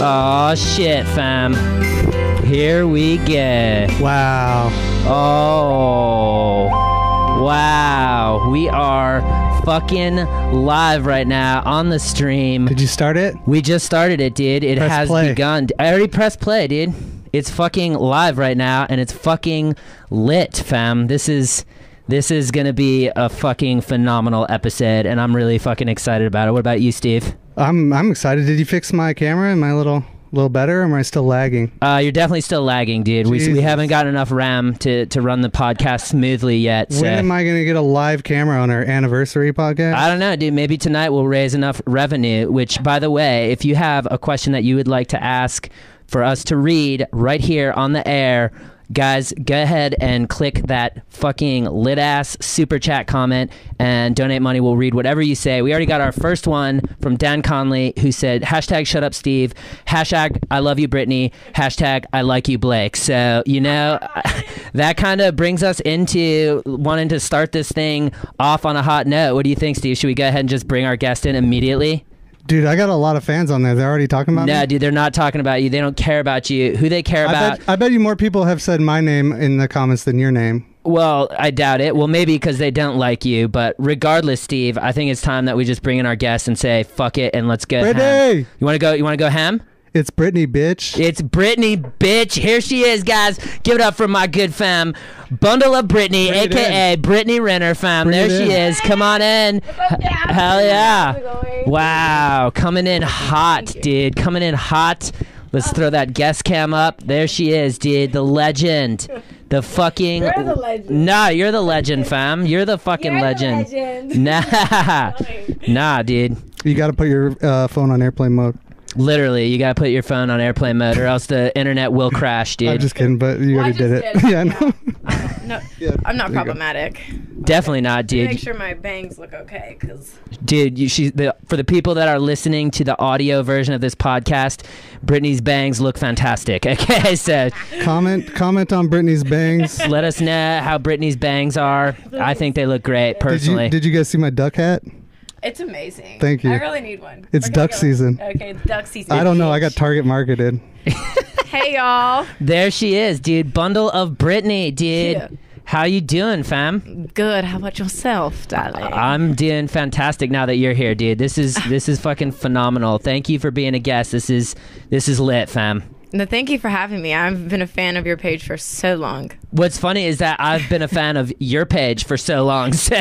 Aw, shit, fam. Here we go. Wow. Oh. Wow. We are fucking live right now on the stream. Did you start it? We just started it, dude. It Press has play. begun. I already pressed play, dude. It's fucking live right now and it's fucking lit, fam. This is this is going to be a fucking phenomenal episode and I'm really fucking excited about it. What about you, Steve? I'm I'm excited. Did you fix my camera? Am I a little little better? Or am I still lagging? Uh, you're definitely still lagging, dude. We, we Jesus. haven't got enough RAM to, to run the podcast smoothly yet. So. When am I gonna get a live camera on our anniversary podcast? I don't know, dude. Maybe tonight we'll raise enough revenue. Which, by the way, if you have a question that you would like to ask for us to read right here on the air, guys, go ahead and click that fucking lit ass super chat comment and donate money. We'll read whatever you say. We already got our first one from Dan Conley who said hashtag shut up Steve, hashtag I love you Brittany, hashtag I like you Blake. So, you know, that kind of brings us into wanting to start this thing off on a hot note. What do you think, Steve? Should we go ahead and just bring our guest in immediately? Dude, I got a lot of fans on there. They're already talking about No, me. dude, they're not talking about you. They don't care about you. Who they care Um, I about? bet, I bet you more people have said my name in the comments than your name. Well, I doubt it. Well, maybe because they don't like you. But regardless, Steve, I think it's time that we just bring in our guest and say fuck it and let's go. Ham. Brittany! You want to go? You want to go ham? It's Brittany, bitch. It's Brittany, bitch. Here she is, guys. Give it up for my good fam, Bundle of Brittany, Bring it aka Brittany Renner, fam. Bring there it she in. is. Come on in. up, guys? Hell How's it yeah! going? Wow, coming in hot, dude. Coming in hot. Let's throw that guest cam up. There she is, dude. The legend. The fucking. You're the legend. Nah, you're the legend, fam. You're the fucking You're the legend. legend. Nah, nah, dude. You got to put your uh, phone on airplane mode. Literally, you gotta put your phone on airplane mode, or else the internet will crash, dude. I'm just kidding, but you Well, I already did it. just did. yeah, I know. No, Yeah, I'm there you not go. problematic. Definitely not, Make dude. sure my bangs look okay, cause Dude, you, she, the, for the people that are listening to the audio version of this podcast, Brittany's bangs look fantastic. Okay, so Comment comment on Brittany's bangs. let us know how Brittany's bangs are. I think they look great, Did you personally. did you guys see my duck hat? it's amazing. Thank you. I really need one. It's We're gonna duck go- season. Okay, it's duck season. I don't know. I got target marketed. Hey y'all. there she is, dude. Bundle of Brittany, dude. Yeah. How you doing, fam? Good. How about yourself, darling? I'm doing fantastic now that you're here, dude. This is this is fucking phenomenal. Thank you for being a guest. This is this is lit, fam. no, thank you for having me. I've been a fan of your page for so long. What's funny is that I've been a fan of your page for so long. so-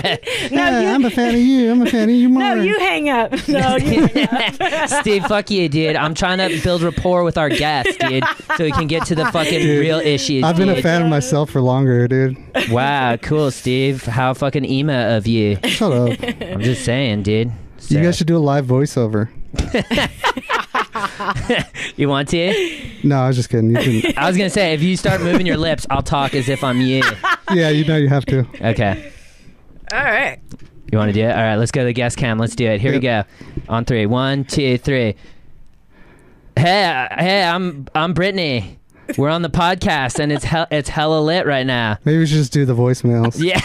Yeah, I'm a fan of you. I'm a fan of you more. No, you hang up. No, you hang up. Steve, fuck you, dude. I'm trying to build rapport with our guests, dude, so we can get to the fucking real issues. I've been a dude. fan of myself for longer, dude. Wow, cool, Steve. How fucking emo of you. Shut up. I'm just saying, dude. You So- guys should do a live voiceover. You want to? No, I was just kidding. You can, I was gonna say if you start moving your lips, I'll talk as if I'm you. yeah, you know you have to. Okay. All right. You want to do it? All right, let's go to the guest cam. Let's do it. Here we go. On three. One, two, three. Hey, uh, hey, I'm I'm Brittany. We're on the podcast, and it's hell it's hella lit right now. Maybe we should just do the voicemails. Yeah.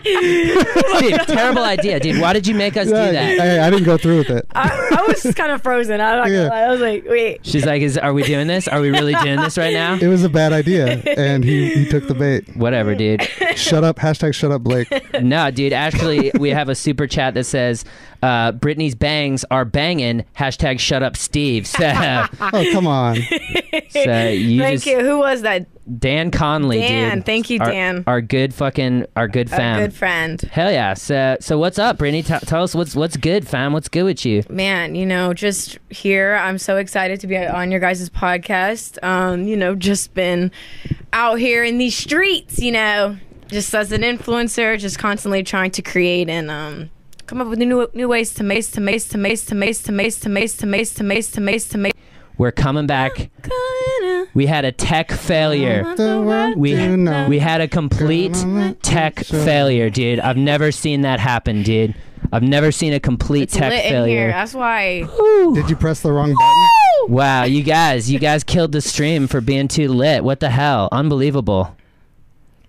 dude, terrible idea, dude. Why did you make us do Yeah, that? Uh, Hey, I didn't go through with it. I, I was just kind of frozen. I'm not Yeah. gonna lie. I was like, wait. She's like, "Is are we doing this? Are we really doing this right now?" It was a bad idea, and he, he took the bait. Whatever, dude. Shut up. Hashtag shut up, Blake. No, dude. Actually, we have a super chat that says, uh, "Britney's bangs are banging." Hashtag shut up, Steve. So, Oh, come on. so you Thank just, you. Who was that? Dan Conley, Dan, dude. thank you, Our- Dan. Our good fucking, our good fam. A good friend. Hell yeah! So, so what's up, Brittany? Tell tell us what's what's good, fam. What's good with you? man you know just here i'm so excited to be on your guys' podcast um you know just been out here in these streets you know just as an influencer just constantly trying to create and um come up with new new ways to mace to mace to mace to mace to mace to mace to mace to mace to mace to mace We're coming back. We had a tech failure. The world We do know. we had a complete tech failure, dude. I've never seen that happen, dude. I've never seen a complete tech lit in here failure. that's why Did you press the wrong button? Wow, you guys, you guys killed the stream for being too lit. What the hell? Unbelievable.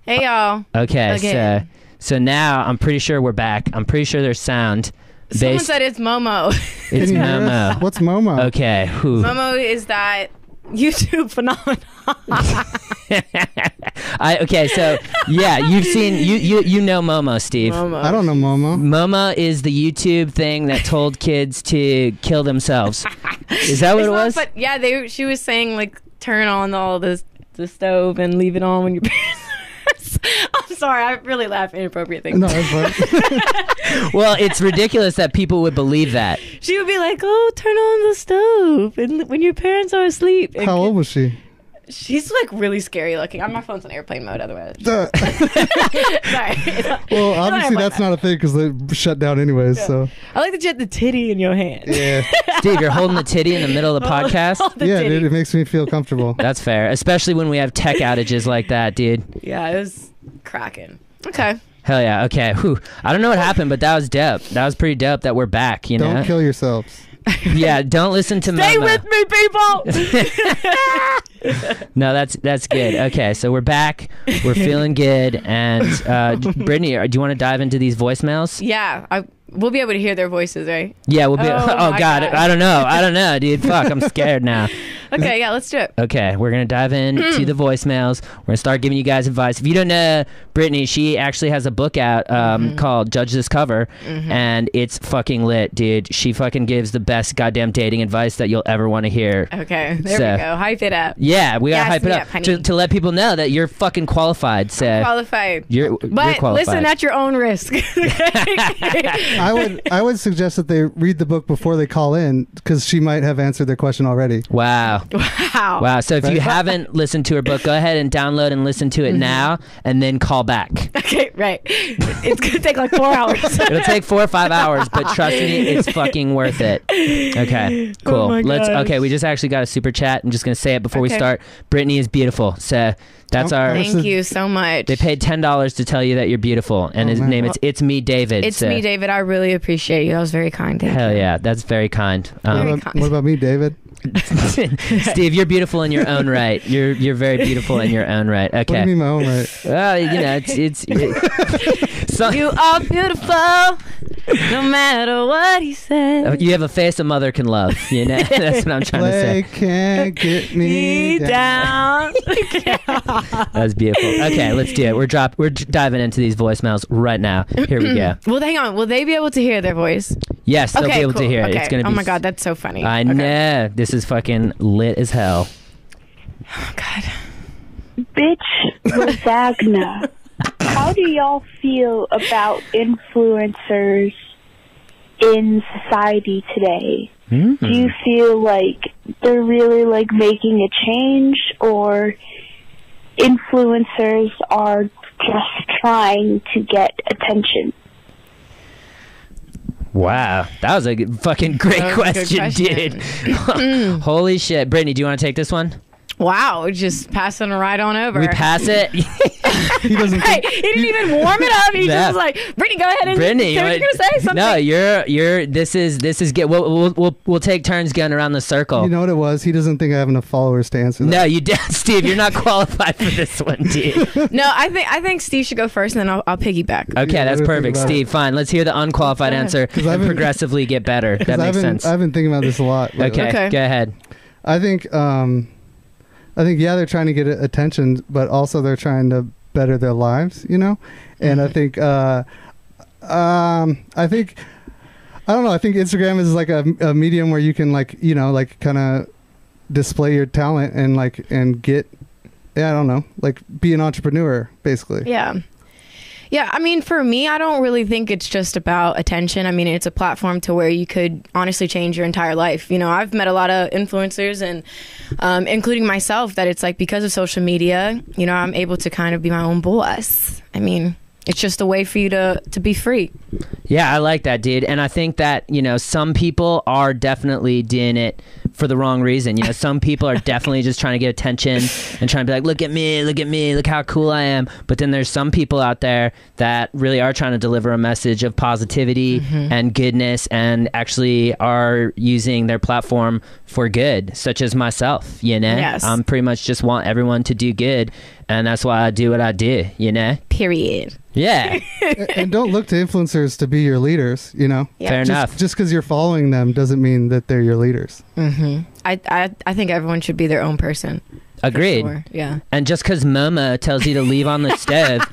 hey y'all Okay, Again. so so now I'm pretty sure we're back. I'm pretty sure there's sound. Someone Based- said it's Momo. Can It's you hear us? Momo. What's Momo? Okay. whew. Momo is that YouTube phenomenon. I okay, so yeah, you've seen you you you know Momo, Steve. Momo. I don't know Momo. Momo is the YouTube thing that told kids to kill themselves. Is that what It's it not was? fun- yeah, they she was saying like turn on all the the stove and leave it on when your parents. I'm sorry, I really laugh at inappropriate things. No, it's like, Well, it's ridiculous that people would believe that. She would be like, "Oh, turn on the stove and when your parents are asleep." And how old was she? She's like really scary looking. I'm my phone's on airplane mode, otherwise. Duh. sorry. well, obviously that's not a thing because they shut down anyways. So I like that you had the titty in your hand. yeah, Steve, you're holding the titty in the middle Oh, of the podcast. The yeah, titty. dude, it makes me feel comfortable. That's fair, especially when we have tech outages like that, dude. Yeah, it was cracking. Okay. Hell yeah. Okay. Whew. I don't know what happened, but that was dope. That was pretty dope that we're back. You know. Don't kill yourselves. yeah. Don't listen to Stay Momo. with me, people. No, that's that's good. Okay, so we're back. We're feeling good. And uh, Brittany, do you want to dive into these voicemails? yeah, I, we'll be able to hear their voices, right? Yeah, we'll be. Oh, Oh, my God, God. I don't know. I don't know, dude. Fuck, I'm scared now. Okay, yeah, let's do it. Okay, we're gonna dive into Hmm. the voicemails. We're gonna start giving you guys advice. If you don't know Brittany, she actually has a book out um, Mm-hmm. called "Judge This Cover," and it's fucking lit, dude. She fucking gives the best goddamn dating advice that you'll ever want to hear. Okay, there So- we go. Hype it up. Yeah, we gotta Uh, Yes, hype it yeah, up honey. to, to let people know that you're fucking qualified. So Qualified. you're, you're But qualified. listen at your own risk. okay. I would I would suggest that they read the book before they call in because she might have answered their question already. Wow. Wow. Wow. So if you Right. haven't listened to her book, go ahead and download and listen to it now and then call back. Okay, right. It's gonna take like four hours. It'll take four or five hours, but trust me, it's fucking worth it. Okay. Oh Cool. my Let's gosh. okay, we just actually got a super chat. I'm just gonna say it before we Okay. start. Brittany is beautiful. So that's Oh, our nice. Thank you so much. they paid ten dollars to tell you that you're beautiful. And Oh, his man. name it's it's me David. it's so- me, David. I really appreciate you. That was very kind. Thank Hell you. yeah, that's very kind. What Um, Very about, kind. what about me, David? Steve, you're beautiful in your own right. You're you're very beautiful in your own right. What do Okay. you mean my own right? Well, you know, it's it's. it- so- You are beautiful, no matter what he Uh, says. You have a face a mother can love. You know, that's what I'm trying to They say. can't get me Me down. down. That's beautiful. Okay, let's do it. We're drop. We're j- diving into these voicemails right now. Here we go. well, hang on. Will they be able to hear their voice? Yes, they'll okay, be able cool. to hear it. Okay. It's gonna be. Oh my s- god, that's so funny. I Okay. know this is fucking lit as hell. Oh god. bitch Lasagna. How do y'all feel about influencers in society today? Do you feel like they're really like making a change or influencers are just trying to get attention? Wow, that was a g- fucking great That was a question, good Mm. dude. Holy shit, Brittany, do you want to take this one? Wow, just passing right on over. We pass it. He doesn't. Hey, he didn't even warm it up. He Yeah. just was like, Brittany, go ahead and Brittany, say you what you're gonna say want- something. No, you're you're. This is this is good. We'll we'll we'll, we'll take turns going around the circle. You know what it was? He doesn't think I have enough followers to answer that. No, you did, Steve. You're not qualified for this one, dude. Okay, No, I think I think Steve should go first, and then I'll, I'll piggyback. that's what do you think perfect, about it? Steve. Fine. Let's hear the unqualified answer I've and been- progressively get better. That I've makes been, sense. I've been thinking about this a lot. lately. okay, Okay. go ahead. I think um, I think yeah, they're trying to get a- attention, but also they're trying to better their lives, you know. And Mm-hmm. I think uh, um, I think I don't know. I think Instagram is like a, a medium where you can like you know like kind of display your talent and like and get yeah I don't know like be an entrepreneur basically. Yeah. Yeah, I mean, for me, I don't really think it's just about attention. I mean, it's a platform to where you could honestly change your entire life. You know, I've met a lot of influencers, and um, including myself, that it's like because of social media, you know, I'm able to kind of be my own boss. I mean, it's just a way for you to to be free. Yeah, I like that, dude. And I think that, you know, some people are definitely doing it for the wrong reason. You know, some people are definitely just trying to get attention and trying to be like, look at me, look at me, look how cool I am. But then there's some people out there that really are trying to deliver a message of positivity Mm-hmm. and goodness and actually are using their platform for good, such as myself, you know? Yes. I'm pretty much just want everyone to do good and that's why I do what I do. You know? Period. Yeah. and, and don't look to influencers to be your leaders. You know, Yeah. Fair just, enough. Just because you're following them doesn't mean that they're your leaders. Mm-hmm. I, I I think everyone should be their own person. Agreed. Sure. Yeah. And just because Momo tells you to leave on the stove,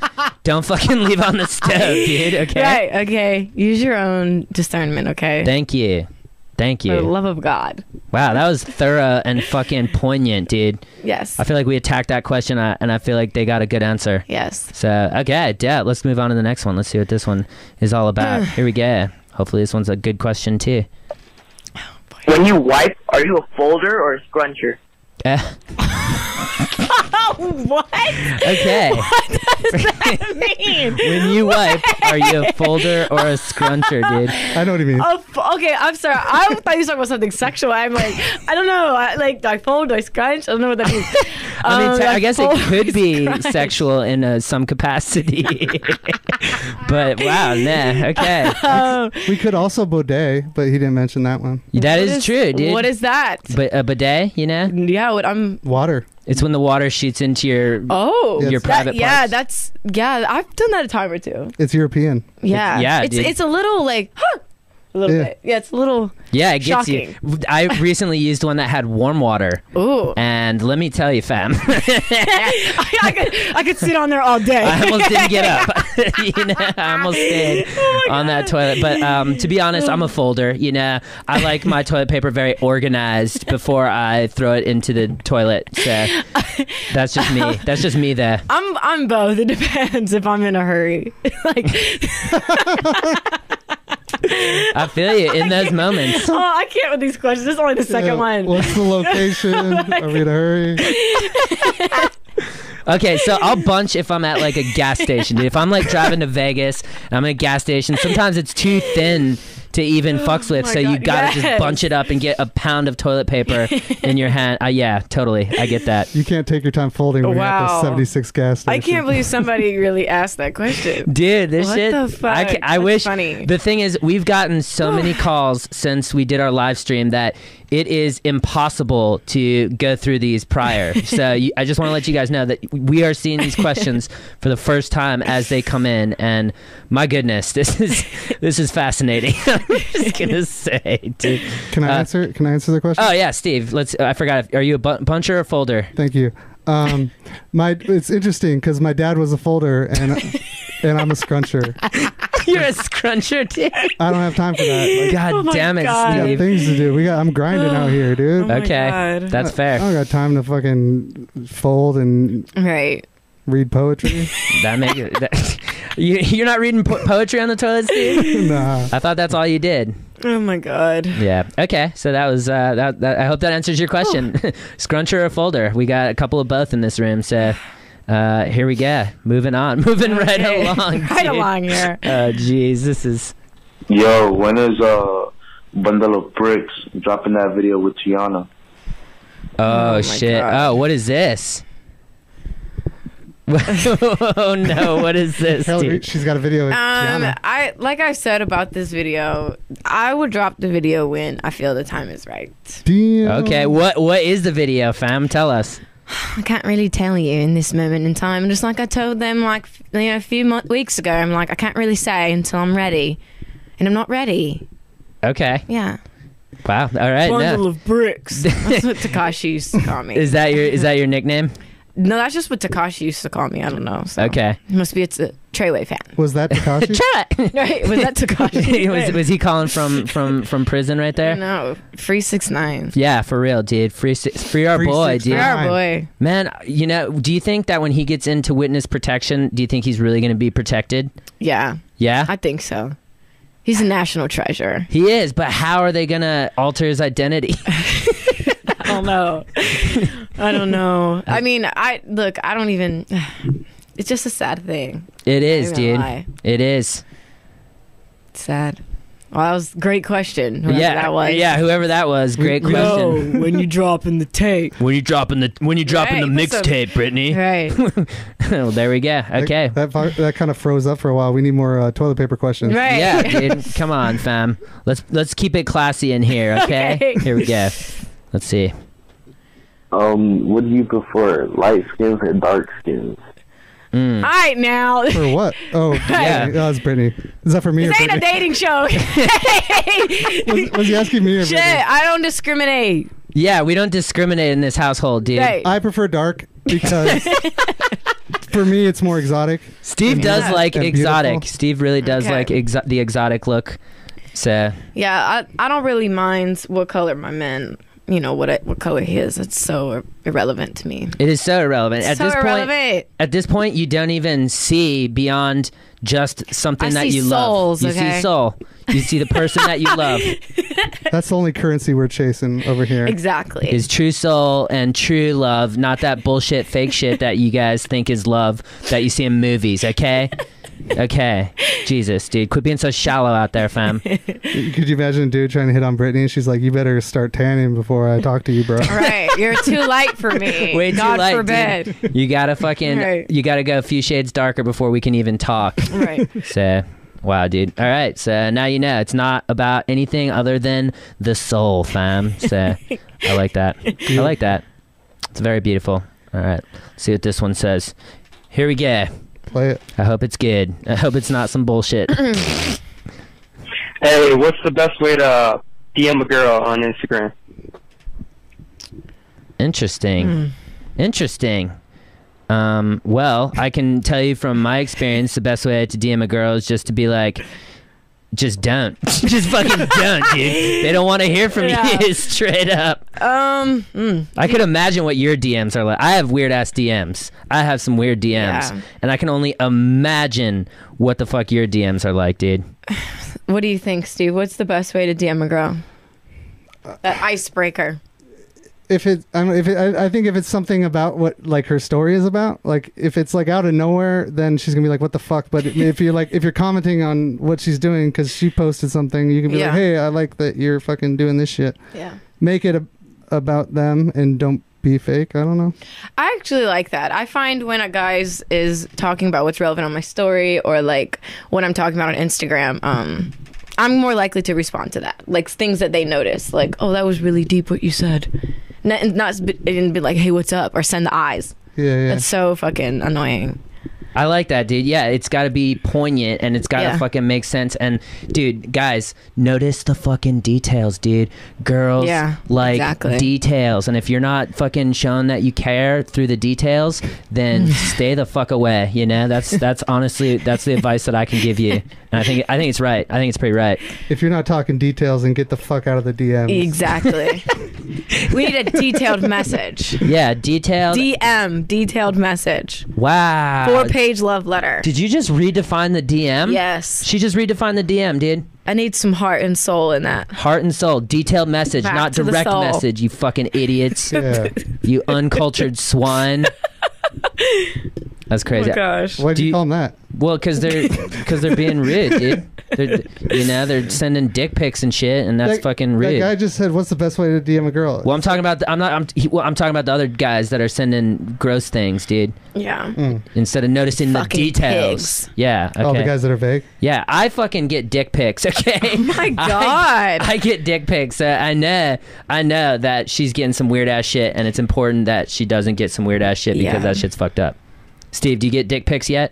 don't fucking leave on the stove, dude. Okay. Right. Okay. Use your own discernment. Okay. Thank you. Thank For the you. love of God. Wow, that was thorough and fucking poignant, dude. Yes. I feel like we attacked that question, uh, and I feel like they got a good answer. yes. So, okay, yeah, let's move on to the next one. Let's see what this one is all about. Here we go. Hopefully, this one's a good question, too. When you wipe, are you a folder or a scruncher? Eh, Oh, what? okay. when you wipe, are you a folder or a scruncher, dude? I know what you mean. Oh, f- okay. I'm sorry. I thought you were talking about something sexual. I'm like, I don't know. I, like, do I fold? Do I scrunch? I don't know what that means. I mean, Um, te- I guess it fold, could be scrunch. sexual in uh, some capacity. but wow, nah, okay. Oh, we could also Baudet, but he didn't mention that one. That what is true, dude. What is that? but a bidet, you know? Yeah. What I'm. Water. It's when the water shoots into your Oh. your Yes. That- private yeah, parts. that's yeah. I've done that a time or two. It's European. Yeah, yeah, It's dude. it's a little like, huh, a little Yeah. bit. Yeah, it's a little. yeah, it gets shocking. you. I recently used one that had warm water, Ooh, and let me tell you, fam, I, I could I could sit on there all day. I almost didn't get up. you know, I almost stayed Oh my Oh. on that toilet. But um, to be honest, I'm a folder. You know, I like my toilet paper very organized before I throw it into the toilet. So that's just me. That's just me there. I'm I'm both. It depends if I'm in a hurry. like, I feel you in those moments. Uh, oh, I can't with these questions. This is only the second Yeah, one. Uh, What's the location? Are we in a hurry? Okay, so I'll bunch if I'm at like a gas station, dude. If I'm like driving to Vegas and I'm at a gas station, sometimes it's too thin to even fucks with, Oh my so you God, gotta just yes. bunch it up and get a pound of toilet paper in your hand. Uh, yeah, totally. I get that. You can't take your time folding when you're at the Wow. 76 gas station. I can't believe somebody really asked that question. Dude, this What shit. the fuck? I, ca- I That's wish. funny. The thing is, we've gotten so many calls since we did our live stream that it is impossible to go through these prior. so you, I just want to let you guys know that we are seeing these questions for the first time as they come in, and my goodness, this is this is fascinating. I'm just gonna say, dude. Can I Uh, answer? Can I answer the question? Oh yeah, Steve. Let's. I forgot. Are you a bu- puncher or folder? Thank you. Um, my it's interesting because my dad was a folder and and I'm a scruncher. You're a scruncher, dude. I don't have time for that. Like, God Oh my damn it, God. we got Steve. things to do. We got. I'm grinding out here, dude. Oh my okay, God. that's fair. I don't got time to fucking fold and Right. read poetry. That make it, that, you, you're not reading po- poetry on the toilet, Steve? nah. I thought that's all you did. Oh my god. Yeah. Okay. So that was uh, that, that. I hope that answers your question. Scruncher or folder? We got a couple of both in this room. So uh, here we go. Moving on. Moving right Okay. along. right dude. along here. Oh, jeez. This is. Yo, when is uh bundle of bricks dropping that video with Tiana? Oh, Oh, my shit. God. Oh, what is this? oh no! What is this, Hillary, dude? she's got a video. Of Um, Tiana. I like I said about this video, I would drop the video when I feel the time is right. Damn. Okay. What What is the video, fam? Tell us. I can't really tell you in this moment in time. Just like I told them, like f- you know, a few mo- weeks ago, I'm like I can't really say until I'm ready, and I'm not ready. Okay. Yeah, Wow. All right. no. of bricks. That's what Takashi used to call me. Is that your is that your nickname? no, that's just what Takashi used to call me. I don't know. So. Okay. must be it's a Treyway fan, Was that Takashi? right? Was that Takashi? was, was he calling from from from prison right there? no, three six nine. Yeah, for real, dude. Free si- free our Free boy, six dude. nine. Yeah, boy. Man, you know, do you think that when he gets into witness protection, do you think he's really going to be protected? Yeah, Yeah. I think so. He's a national treasure. he is, but how are they going to alter his identity? I don't know. I don't Uh, know. I mean, I look. I don't even. It's just a sad thing. It is, gonna dude. lie. It is. It's sad. Well, that was a great question. whoever yeah. that was. Yeah, whoever that was. Great we- question. when you drop in the tape. When you dropping the when you dropping Right, the that's a- mixtape, Brittany? Right. well, there we go. That- Okay. That part- that kind of froze up for a while. We need more uh, toilet paper questions. Right. Yeah, dude. Come on, fam. Let's let's keep it classy in here, okay? Okay. Here we go. Let's see. Um, what do you prefer, light skins or dark skins? All right, now. For what? Oh, Yeah. yeah. That was Brittany. Is that for me or This ain't a Brittany? dating show. Was, was he asking me or Shit, Brittany? I don't discriminate. Yeah, we don't discriminate in this household, dude. Hey, I prefer dark because for me it's more exotic. Steve does Yeah. like And exotic. beautiful. Steve really does Okay. like exo- the exotic look. So yeah, I, I don't really mind what color my man, you know, what I, what color his. It's so irrelevant to me. it is so irrelevant at so this irrelevant. point. At this point, you don't even see beyond just something I that see you souls, love. You see okay? soul. You see the person that you love. That's the only currency we're chasing over here. exactly. Is true soul and true love, not that bullshit fake shit that you guys think is love that you see in movies. Okay. Okay, Jesus, dude, quit being so shallow out there, fam. Could you imagine a dude trying to hit on Brittany and she's like, "You better start tanning before I talk to you, bro." right. You're too light for me. Way too God light, forbid. dude. You gotta fucking, Right. you gotta go a few shades darker before we can even talk. Right. So, wow, dude. All right. So now you know it's not about anything other than the soul, fam. So I like that. I like that. It's very beautiful. All right. See what this one says. Here we go. Play it. I hope it's good. I hope it's not some bullshit. Hey, what's the best way to DM a girl on Instagram? Interesting. Hmm. Interesting. Um, well, I can tell you from my experience, the best way to DM a girl is just to be like, just don't. just fucking don't, dude. They don't want to hear from Yeah. you straight up. Um. mm. I could imagine what your DMs are like. I have weird ass DMs. I have some weird DMs. Yeah. And I can only imagine what the fuck your DMs are like, dude. What do you think, Steve? What's the best way to DM a girl? That icebreaker. If it, I mean, if it, I, I think if it's something about what like her story is about, like if it's like out of nowhere, then she's gonna be like, "What the fuck?" But if you're like, if you're commenting on what she's doing because she posted something, you can be Yeah. like, "Hey, I like that you're fucking doing this shit." Yeah. Make it a, about them and don't be fake. I don't know. I actually like that. I find when a guy's is talking about what's relevant on my story or like what I'm talking about on Instagram, um, I'm more likely to respond to that. Like things that they notice, like, oh, that was really deep what you said. Not, not it didn't be like, hey, what's up? Or send the eyes. Yeah, yeah. That's so fucking annoying. I like that, dude. Yeah, it's got to be poignant and it's got to Yeah. fucking make sense. And, dude, guys, notice the fucking details, dude. Girls Yeah, like exactly. details. And if you're not fucking shown that you care through the details, then stay the fuck away. You know, that's that's honestly that's the advice that I can give you. And I think I think it's right. I think it's pretty right. If you're not talking details, then get the fuck out of the DMs. Exactly. we need a detailed message. Yeah, detailed. DM, detailed message. wow. Four page love letter. Did you just redefine the Mm-hmm. DM? Yes. She just redefined the DM, dude. I need some heart and soul in that. Heart and soul, detailed message, Back not to the direct soul. message, you fucking idiots. Yeah. you uncultured swine. That's crazy. gosh. Why'd Do you, you- call them that? well, because they're because they're being rude, dude. They're, you know, they're sending dick pics and shit, and that's That- fucking That rude. guy just said, "What's the best way to DM a girl?" well, I'm talking about the, I'm not I'm he, well, I'm talking about the other guys that are sending gross things, dude. Yeah. Instead of noticing Fucking the details. pigs. Yeah. Okay. All Oh, the guys that are vague. Yeah, I fucking get dick pics. Okay. Oh My I, God. I get dick pics. So I know, I know that she's getting some weird ass shit, and it's important that she doesn't get some weird ass shit because Yeah. that shit's fucked up. Steve, do you get dick pics yet?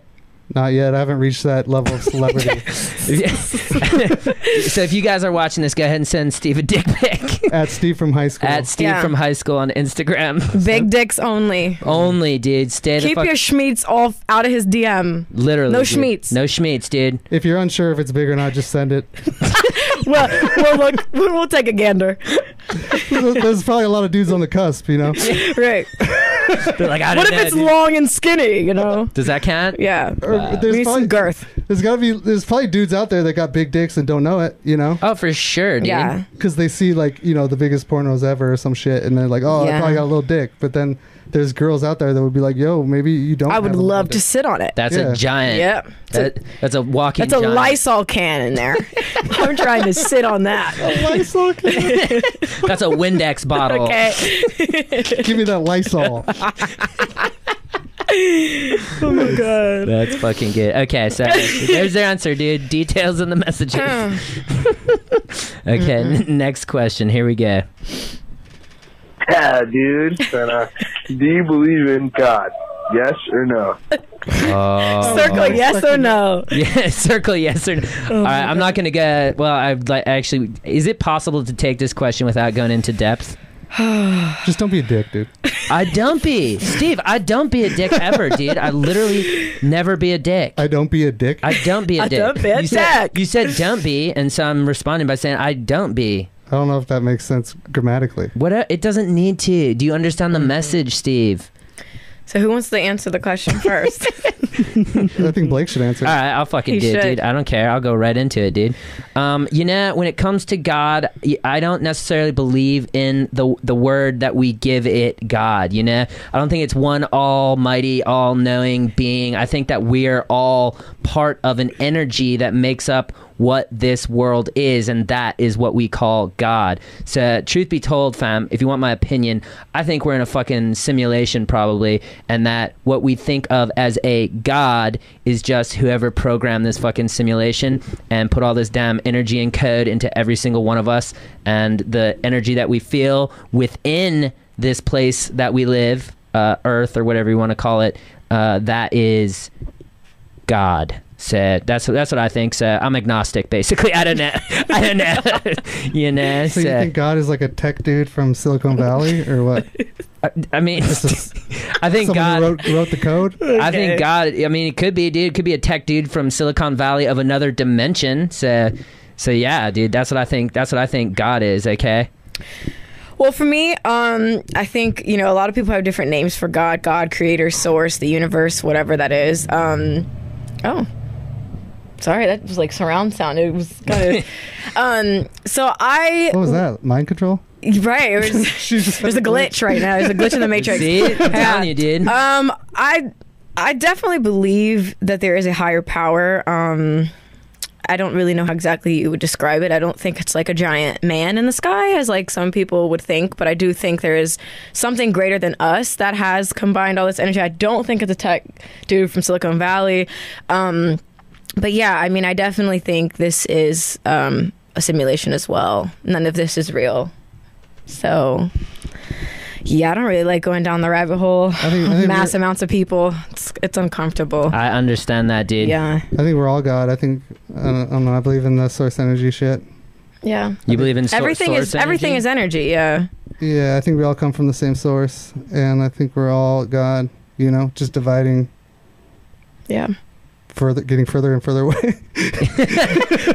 Not yet. I haven't reached that level of celebrity so if you guys are watching this, go ahead and send Steve a dick pic at Steve from high school. at Steve Yeah. from high school on Instagram. Big dicks only. Only, dude. Stay the Keep fuck. your schmeats off out of his DM. literally. no dude. schmeats. No schmeats, dude. if you're unsure if it's big or not, just send it. Well, we'll look. We'll take a gander. There's probably a lot of dudes on the cusp, you know. Right. They're like, I don't What know. if it's dude. long and skinny? You know. Does that count? Yeah. Or We there's need probably some girth. there's gotta be there's probably dudes out there that got big dicks and don't know it, you know, Oh, for sure, dude. Yeah. because they see like you know the biggest pornos ever or some shit, and they're like, oh, Yeah. I probably got a little dick. But then there's girls out there that would be like, yo, maybe you don't. I would have a little love to dick. sit on it. That's Yeah. a giant. Yep. It's a- That, that's a walking. That's a giant. Lysol can in there. I'm trying to sit on that. Lysol, can- That's a Windex bottle. Oh. Okay. give me that Lysol. Oh my god. That's fucking good. Okay, so there's their answer, dude. Details in the messages. Hmm. Mm-hmm. okay, n- next question. Here we go. yeah, dude. And, uh, do you believe in God? Yes or no? Oh. Circle yes or no. Yeah, circle yes or no. Oh All right, I'm not gonna get. Well, I would like actually. Is it possible to take this question without going into depth? Just don't be a dick, dude. I don't be Steve. I don't be a dick ever, dude. I literally never be a dick. I don't be a dick. I don't be a I dick. don't be a you said dick. you said don't be, and so I'm responding by saying I don't be. I don't know if that makes sense grammatically. What? a- It doesn't need to. Do you understand Mm-hmm. the message, Steve? So who wants to answer the question first? I think Blake should answer. All right, I'll fucking He do it, should. dude. I don't care. I'll go right into it, dude. Um, you know, when it comes to God, y- I don't necessarily believe in the the word that we give it God. You know, I don't think it's one almighty, all knowing being. I think that we are all part of an energy that makes up what this world is, and that is what we call God. So, truth be told, fam, if you want my opinion, I think we're in a fucking simulation probably, and that what we think of as a God is just whoever programmed this fucking simulation and put all this damn energy and code into every single one of us, and the energy that we feel within this place that we live, uh, Earth or whatever you want to call it, uh, that is God. So that's that's what I think. So I'm agnostic, basically. I don't know. I don't know. you know. So, so you think God is like a tech dude from Silicon Valley or what? I, I mean, I think Someone God. who wrote, wrote the code? I think God. I mean, it could be a dude. It could be a tech dude from Silicon Valley of another dimension. So, so yeah, dude. That's what I think. That's what I think God is. Okay. well, for me, um, I think you know a lot of people have different names for God, God, Creator, Source, the universe, whatever that is. Um, oh, sorry, that was like surround sound. It was kind of. um, so I What was that? Mind control? right. It was, She just- There's a glitch right now. There's a glitch in the matrix. See, I'm Yeah. telling you, dude. Um, I I definitely believe that there is a higher power. Um, I don't really know how exactly you would describe it. I don't think it's like a giant man in the sky, as like some people would think, but I do think there is something greater than us that has combined all this energy. I don't think it's a tech dude from Silicon Valley. Um, but yeah, I mean, I definitely think this is um, a simulation as well. None of this is real. So, yeah, I don't really like going down the rabbit hole. I think, I think, Mass we're, amounts of people. It's, it's uncomfortable. I understand that, dude. yeah. I think we're all God. I think, I don't, I don't know, I believe in the source energy shit. Yeah. You believe in sor- everything source is everything energy? is energy. Yeah. Yeah, I think we all come from the same source. And I think we're all God, you know, just dividing Yeah. further, getting further and further away.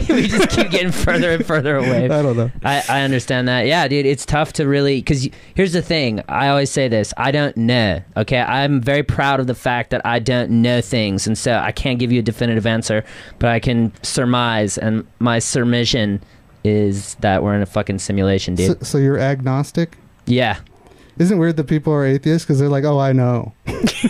we just keep getting further and further I away. don't know. I, I understand that. Yeah, dude, it's tough to really because here's the thing. I always say this. I don't know. Okay, I'm very proud of the fact that I don't know things, and so I can't give you a definitive answer, but I can surmise, and my surmission is that we're in a fucking simulation, dude. So, so you're agnostic? yeah, Isn't it weird that people are atheists because they're like, oh, I know.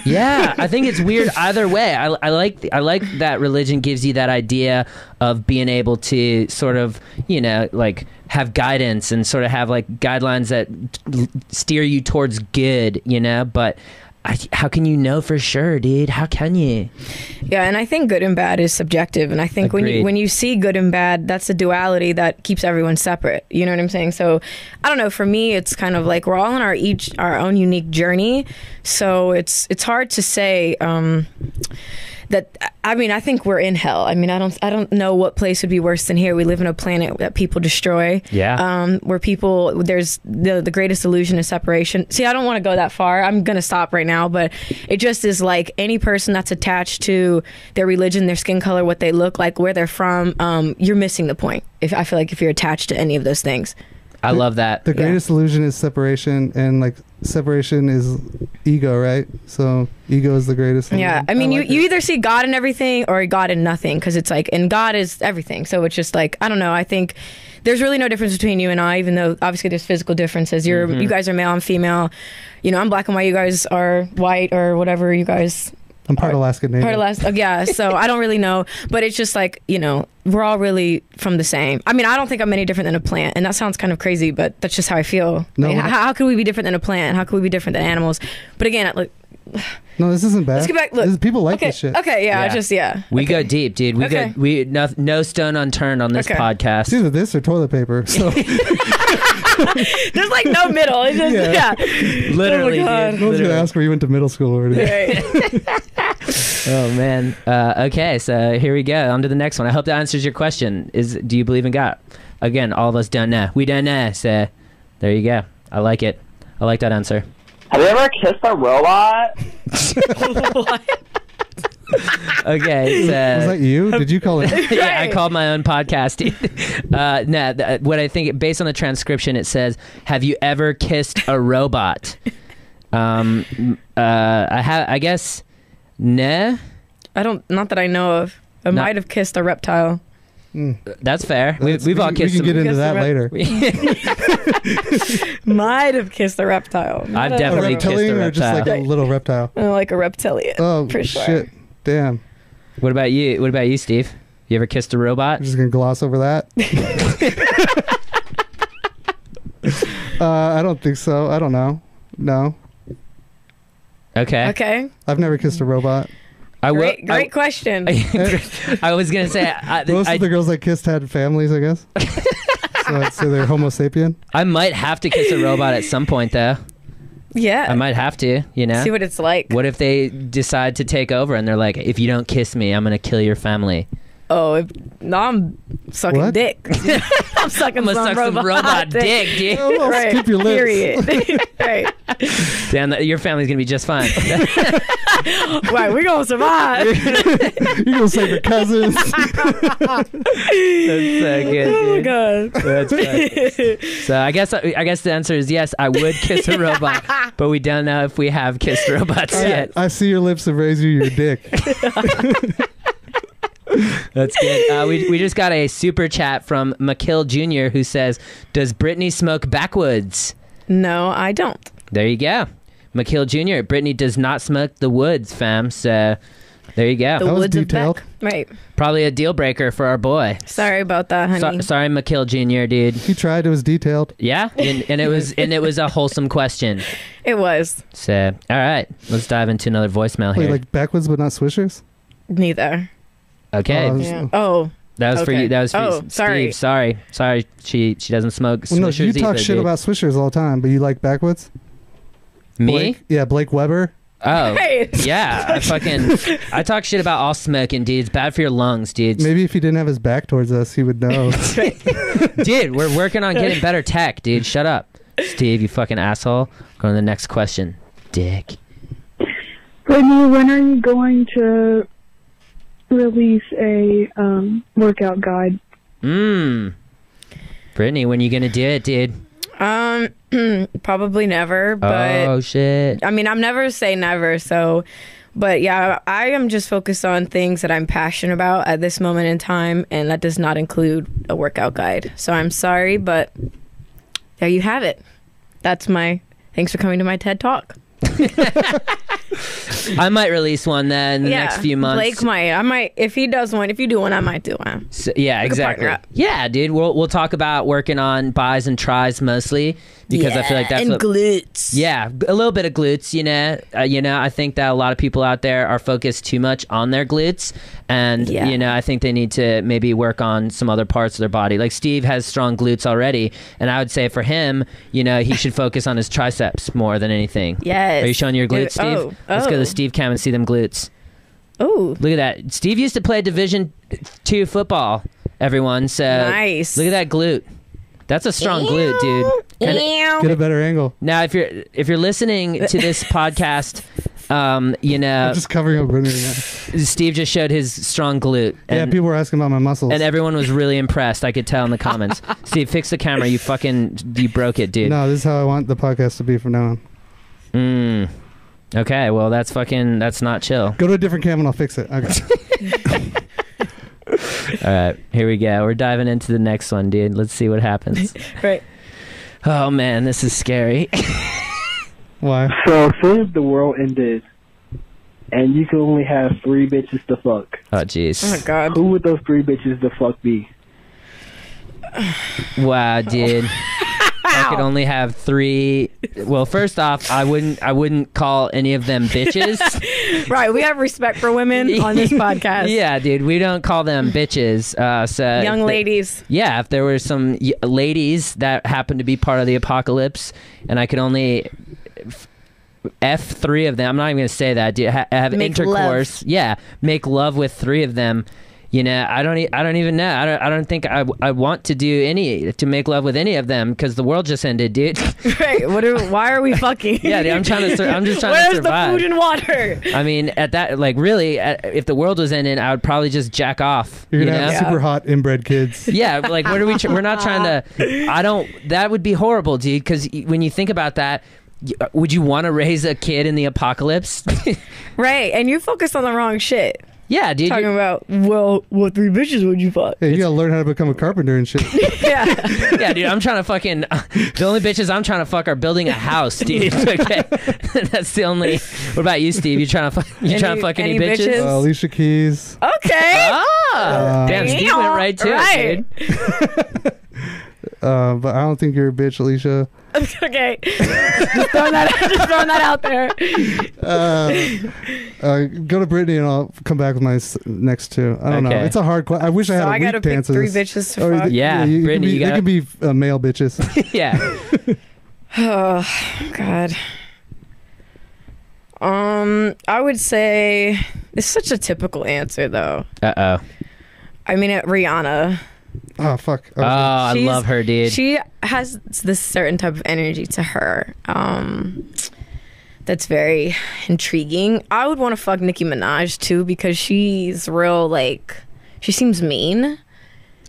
yeah. I think it's weird either way. I, I like the, I like that religion gives you that idea of being able to sort of you know like have guidance and sort of have like guidelines that t- steer you towards good. You know, but. I, how can you know for sure, dude? How can you? Yeah, and I think good and bad is subjective, and I think when Agreed. you when you see good and bad, that's a duality that keeps everyone separate. You know what I'm saying? So, I don't know. For me, it's kind of like we're all on our each our own unique journey, so it's it's hard to say. Um, that I mean, I think we're in hell. I mean, I don't, I don't know what place would be worse than here. We live in a planet that people destroy. Yeah. Um, where people there's the the greatest illusion is separation. See, I don't want to go that far. I'm gonna stop right now, but it just is like any person that's attached to their religion, their skin color, what they look like, where they're from. Um, you're missing the point. If I feel like if you're attached to any of those things, I love that. The greatest illusion is separation, and like separation is ego, right? So ego is the greatest. yeah. illusion. I mean, like you, it. you either see God in everything or God in nothing, because it's like, and God is everything. So it's just like I don't know. I think there's really no difference between you and I, even though obviously there's physical differences. You're Mm-hmm. you guys are male, I'm female. You know, I'm black and white. You guys are white or whatever. You guys I'm part Alaska Native. Part of last, oh, yeah. So I don't really know, but it's just like you know, we're all really from the same. I mean, I don't think I'm any different than a plant, and that sounds kind of crazy, but that's just how I feel. No, Like, we're how, not- how could we be different than a plant? How could we be different than animals? But again, look, No, this isn't bad. let's get back. Look, This- Uh, people like okay, this shit. Okay, yeah, Yeah. just yeah. we go deep, dude. We Okay. go we no, no stone unturned on this Okay. podcast. It's either this or toilet paper. So There's like no middle. It's just Yeah. yeah. Literally, Oh dude. I my God. was Literally. gonna ask where you went to middle school already. Right. Oh man. Uh, okay, so here we go. On to the next one. I hope that answers your question. Is do you believe in God? Again, all of us don't know. We don't know. So there you go. I like it. I like that answer. Have you ever kissed a robot? Okay. Was So that you? Did you call it? yeah, I called my own podcast. uh, no, th- what I think based on the transcription, it says, "Have you ever kissed a robot?" um, m- uh, I have. I guess. No, I don't. Not that I know of. I No. might have kissed a reptile. that's fair. we, Hmm. That's- we've all can- kissed. We some- can get into Kissed that the- later. Might have kissed a reptile. Not a- A definitely kissed a reptilian or just like a reptile. little reptile? I like a reptilian. Oh for sure. shit! Damn, what about you? What about you, Steve? You ever kissed a robot? I'm just gonna gloss over that. uh, I don't think so. I don't know. No, Okay. Okay. I've never kissed a robot. Eh, I will- Great. Great I, question. I was gonna say I, Most I, of the girls I kissed had families, I guess. so I'd say they're Homo sapien. I might have to kiss a robot at some point though. yeah. I might have to, you know. See what it's like. What if they decide to take over and they're like, if you don't kiss me, I'm gonna kill your family. Oh, if, no, I'm sucking What? dick. I'm sucking I'm gonna some suck robot, some robot dick, dude. Oh, well, Right. skip your lips. Period. right. Damn, that- your family's gonna be just fine. Right. We're gonna survive. You're gonna say your cousins. That's so good. oh my dude. god. That's funny. so I guess I guess the answer is yes. I would kiss a robot, but we don't know if we have kissed robots yet. I see your lips and raise you your dick. That's good. Uh, we, we just got a super chat from McKill Jr. who says, "Does Britney smoke backwoods?" No, I don't. There you go, McKill Jr. Britney does not smoke the woods, fam. So there you go. The was woods detailed. of Beck. Right. Probably a deal breaker for our boy. Sorry about that, So- honey. sorry, McKill Jr. Dude. He tried. It was detailed. Yeah, and, and it was and it was a wholesome question. it was So all right, let's dive into another voicemail Wait, here. like backwards but not swishers. neither. okay, Oh, I was- Yeah. Oh, that was for okay. you. That was for Oh, Steve. sorry. Sorry, sorry. She she doesn't smoke. Well, no, swishers you talk either, shit dude. about swishers all the time, but you like backwoods. me. Blake, yeah, Blake Weber. Oh, Right. yeah. I fucking I talk shit about all smoking, dude. It's bad for your lungs, dude. Maybe if he didn't have his back towards us, he would know. Dude, we're working on getting better tech, dude. Shut up, Steve. You fucking asshole. Go to the next question, dick. Brittany, when are you going to release a um, workout guide? Mmm. Brittany, when you gonna do it, dude? um, probably never. But oh shit. I mean, I'm never say never. So, but yeah, I am just focused on things that I'm passionate about at this moment in time, and that does not include a workout guide. So I'm sorry, but there you have it. That's my. Thanks for coming to my TED talk. I might release one then in the next few months. Blake might. I might. If he does one, if you do one, I might do one. So- yeah, exactly. partner up. Yeah, dude. We'll we'll talk about working on buys and tries mostly because I feel like that's and what glutes. Yeah, a little bit of glutes, you know. Uh, you know, I think that a lot of people out there are focused too much on their glutes, and Yeah. you know, I think they need to maybe work on some other parts of their body. Like Steve has strong glutes already, and I would say for him, you know, he should focus on his triceps more than anything. Yes. Are you showing your glutes, Steve? Oh, Let's go oh. to Steve Cam and see them glutes. Oh, Look at that. Steve used to play Division Two football. Everyone, so Nice. Look at that glute. That's a strong glute, dude. And- Get a better angle. now, if you're if you're listening to this podcast, um, you know I'm just covering up Brittany. Now. Steve just showed his strong glute, Yeah, and, people were asking about my muscles. and everyone was really impressed. I could tell in the comments. Steve, fix the camera. You fucking you broke it, dude. no, this is how I want the podcast to be from now on. Mm. Okay, well that's fucking that's not chill. Go to a different cam and I'll fix it. Okay. All right, here we go. We're diving into the next one, dude. Let's see what happens. right. Oh man, this is scary. Why? So say if the world ended and you could only have three bitches to fuck, Oh Oh my jeez. god. who would those three bitches to fuck be? Wow, dude. I could only have three. Well, first off, I wouldn't. I wouldn't call any of them bitches. right. We have respect for women on this podcast. yeah, dude, we don't call them bitches. Uh, so Young if the- ladies. yeah, if there were some y- ladies that happened to be part of the apocalypse, and I could only f- f three of them. I'm not even gonna say that. Dude, ha- have Make intercourse. Yeah, make love with three of them. You know, I don't. E- I don't even know. I don't. I don't think I, w- I want to do any to make love with any of them because the world just ended, dude. Right. What are, why are we fucking? Yeah, dude, I'm trying to sur- I'm just trying to Where's survive. the food and water? I mean, at that, like, really, at, if the world was ending, I would probably just jack off. You're gonna you know? have super hot inbred kids. Yeah, like what are we? Tr- we're not trying to. I don't. That would be horrible, dude. Because when you think about that, y- uh, would you want to raise a kid in the apocalypse? Right. And you focused on the wrong shit. yeah, dude. Talking about well, what three bitches would you fuck? Hey, you gotta learn how to become a carpenter and shit. yeah. yeah, dude. I'm trying to fucking. uh, the only bitches I'm trying to fuck are building a house, dude. Okay, that's the only. What about you, Steve? You trying to fuck? You trying Any- to fuck any, any bitches? bitches? Uh, Alicia Keys. Okay. Ah, Uh, damn, Steve went right to it, dude. Right. Uh, but I don't think you're a bitch, Alicia. okay. just throwing that just throwing that out there. Uh, uh, go to Brittany and I'll come back with my s- next two. I don't know. Okay. It's a hard question. I wish I had So a I weak gotta pick answer three this. bitches to Or fuck. th- Yeah, you, Brittany, you Brittany, gotta- can be, they can be uh, male bitches. yeah. Oh God. Um, I would say it's such a typical answer though. Uh oh. I mean, at Rihanna, oh fuck. Oh, Okay. I She's- love her, dude. she has this certain type of energy to her. Um. That's very intriguing. I would want to fuck Nicki Minaj too because she's real like she seems mean.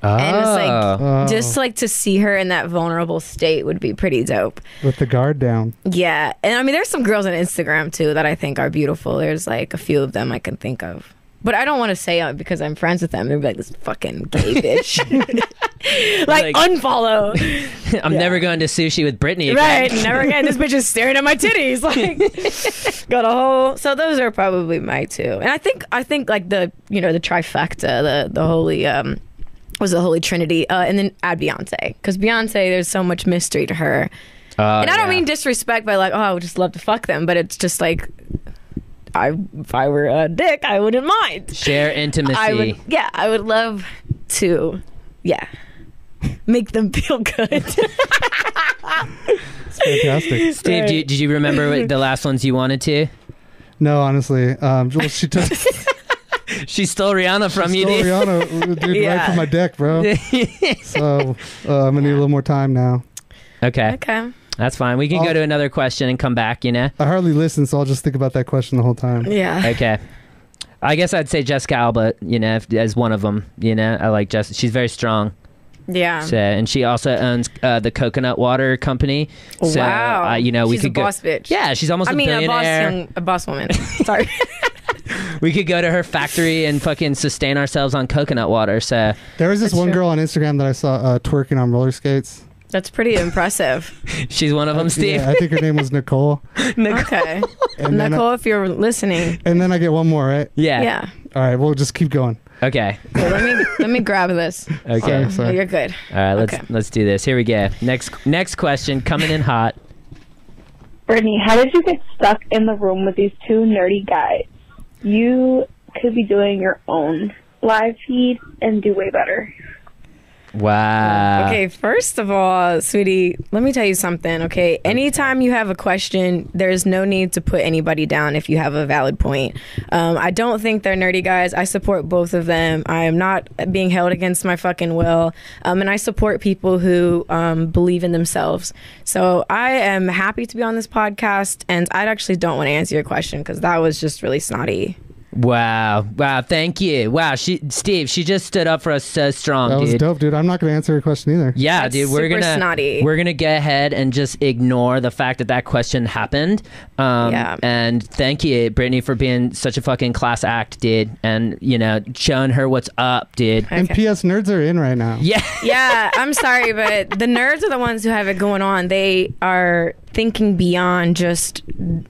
oh. and it's like- Oh, Just like to see her in that vulnerable state would be pretty dope. with the guard down. Yeah. And I mean, there's some girls on Instagram too that I think are beautiful. There's like a few of them I can think of. But I don't want to say it because I'm friends with them. They'd be like, this fucking gay bitch. like, Like- unfollow. I'm never going to sushi with Brittany again. right. Never again. This bitch is staring at my titties. Like, got a whole. So those are probably my two. And I think, I think like the, you know, the trifecta, the, the holy, um, was the Holy Trinity, uh, and then add Beyonce because Beyonce, there's so much mystery to her. Oh, and I don't yeah. mean disrespect by like, oh, I would just love to fuck them, but it's just like, I if I were a dick, I wouldn't mind. share intimacy. I would, yeah, I would love to, yeah, make them feel good. It's fantastic. Steve, do, did you remember what the last ones you wanted to? no, honestly, um, well, she took she She stole Rihanna from you, stole dude. Rihanna, uh, dude, right Yeah. from my deck, bro. So uh, I'm gonna need a little more time now. okay, okay, that's fine. We can go I'll- to another question and come back. You know. I hardly listen, so I'll just think about that question the whole time. yeah, Okay. I guess I'd say Jessica Alba, you know, if, as one of them. You know, I like Jess. She's very strong, yeah. so, and she also owns uh, the coconut water company. So, wow, uh, you know, we She's could a go. boss bitch. Yeah, she's almost I a mean a boss, billionaire. young, a boss woman. Sorry. we could go to her factory and fucking sustain ourselves on coconut water. So There was this That's one true. girl on Instagram that I saw uh, twerking on roller skates. That's pretty impressive. she's Um, one of them, Steve. Yeah, I think her name was Nicole. Okay, And then, uh, I, Nicole, if you're listening, and then I get one more, right? Yeah. yeah. All right, we'll just keep going. Okay. Well, let me let me grab this. Okay. Sorry, Oh, sorry. you're good. All right. Let's Okay. let's do this. Here we go. Next next question coming in hot. Brittany, how did you get stuck in the room with these two nerdy guys? You could be doing your own live feed and do way better. Wow. Okay, first of all, sweetie, let me tell you something, okay? Anytime you have a question, there's no need to put anybody down if you have a valid point. Um, I don't think they're nerdy guys. I support both of them. I am not being held against my fucking will. Um, and I support people who um, believe in themselves. So I am happy to be on this podcast, and I actually don't want to answer your question because that was just really snotty. Wow. Wow. Thank you. Wow. She Steve. She just stood up for us so strong, That was dude. dope, dude. I'm not gonna answer your question either. Yeah, That's dude, we're super gonna snotty. we're gonna go ahead and just ignore the fact that that question happened. Um, Yeah. And thank you, Brittany, for being such a fucking class act, dude, and you know showing her what's up, dude. And P.S. Nerds are in right now. Yeah. yeah, I'm sorry, but the nerds are the ones who have it going on. They are thinking beyond just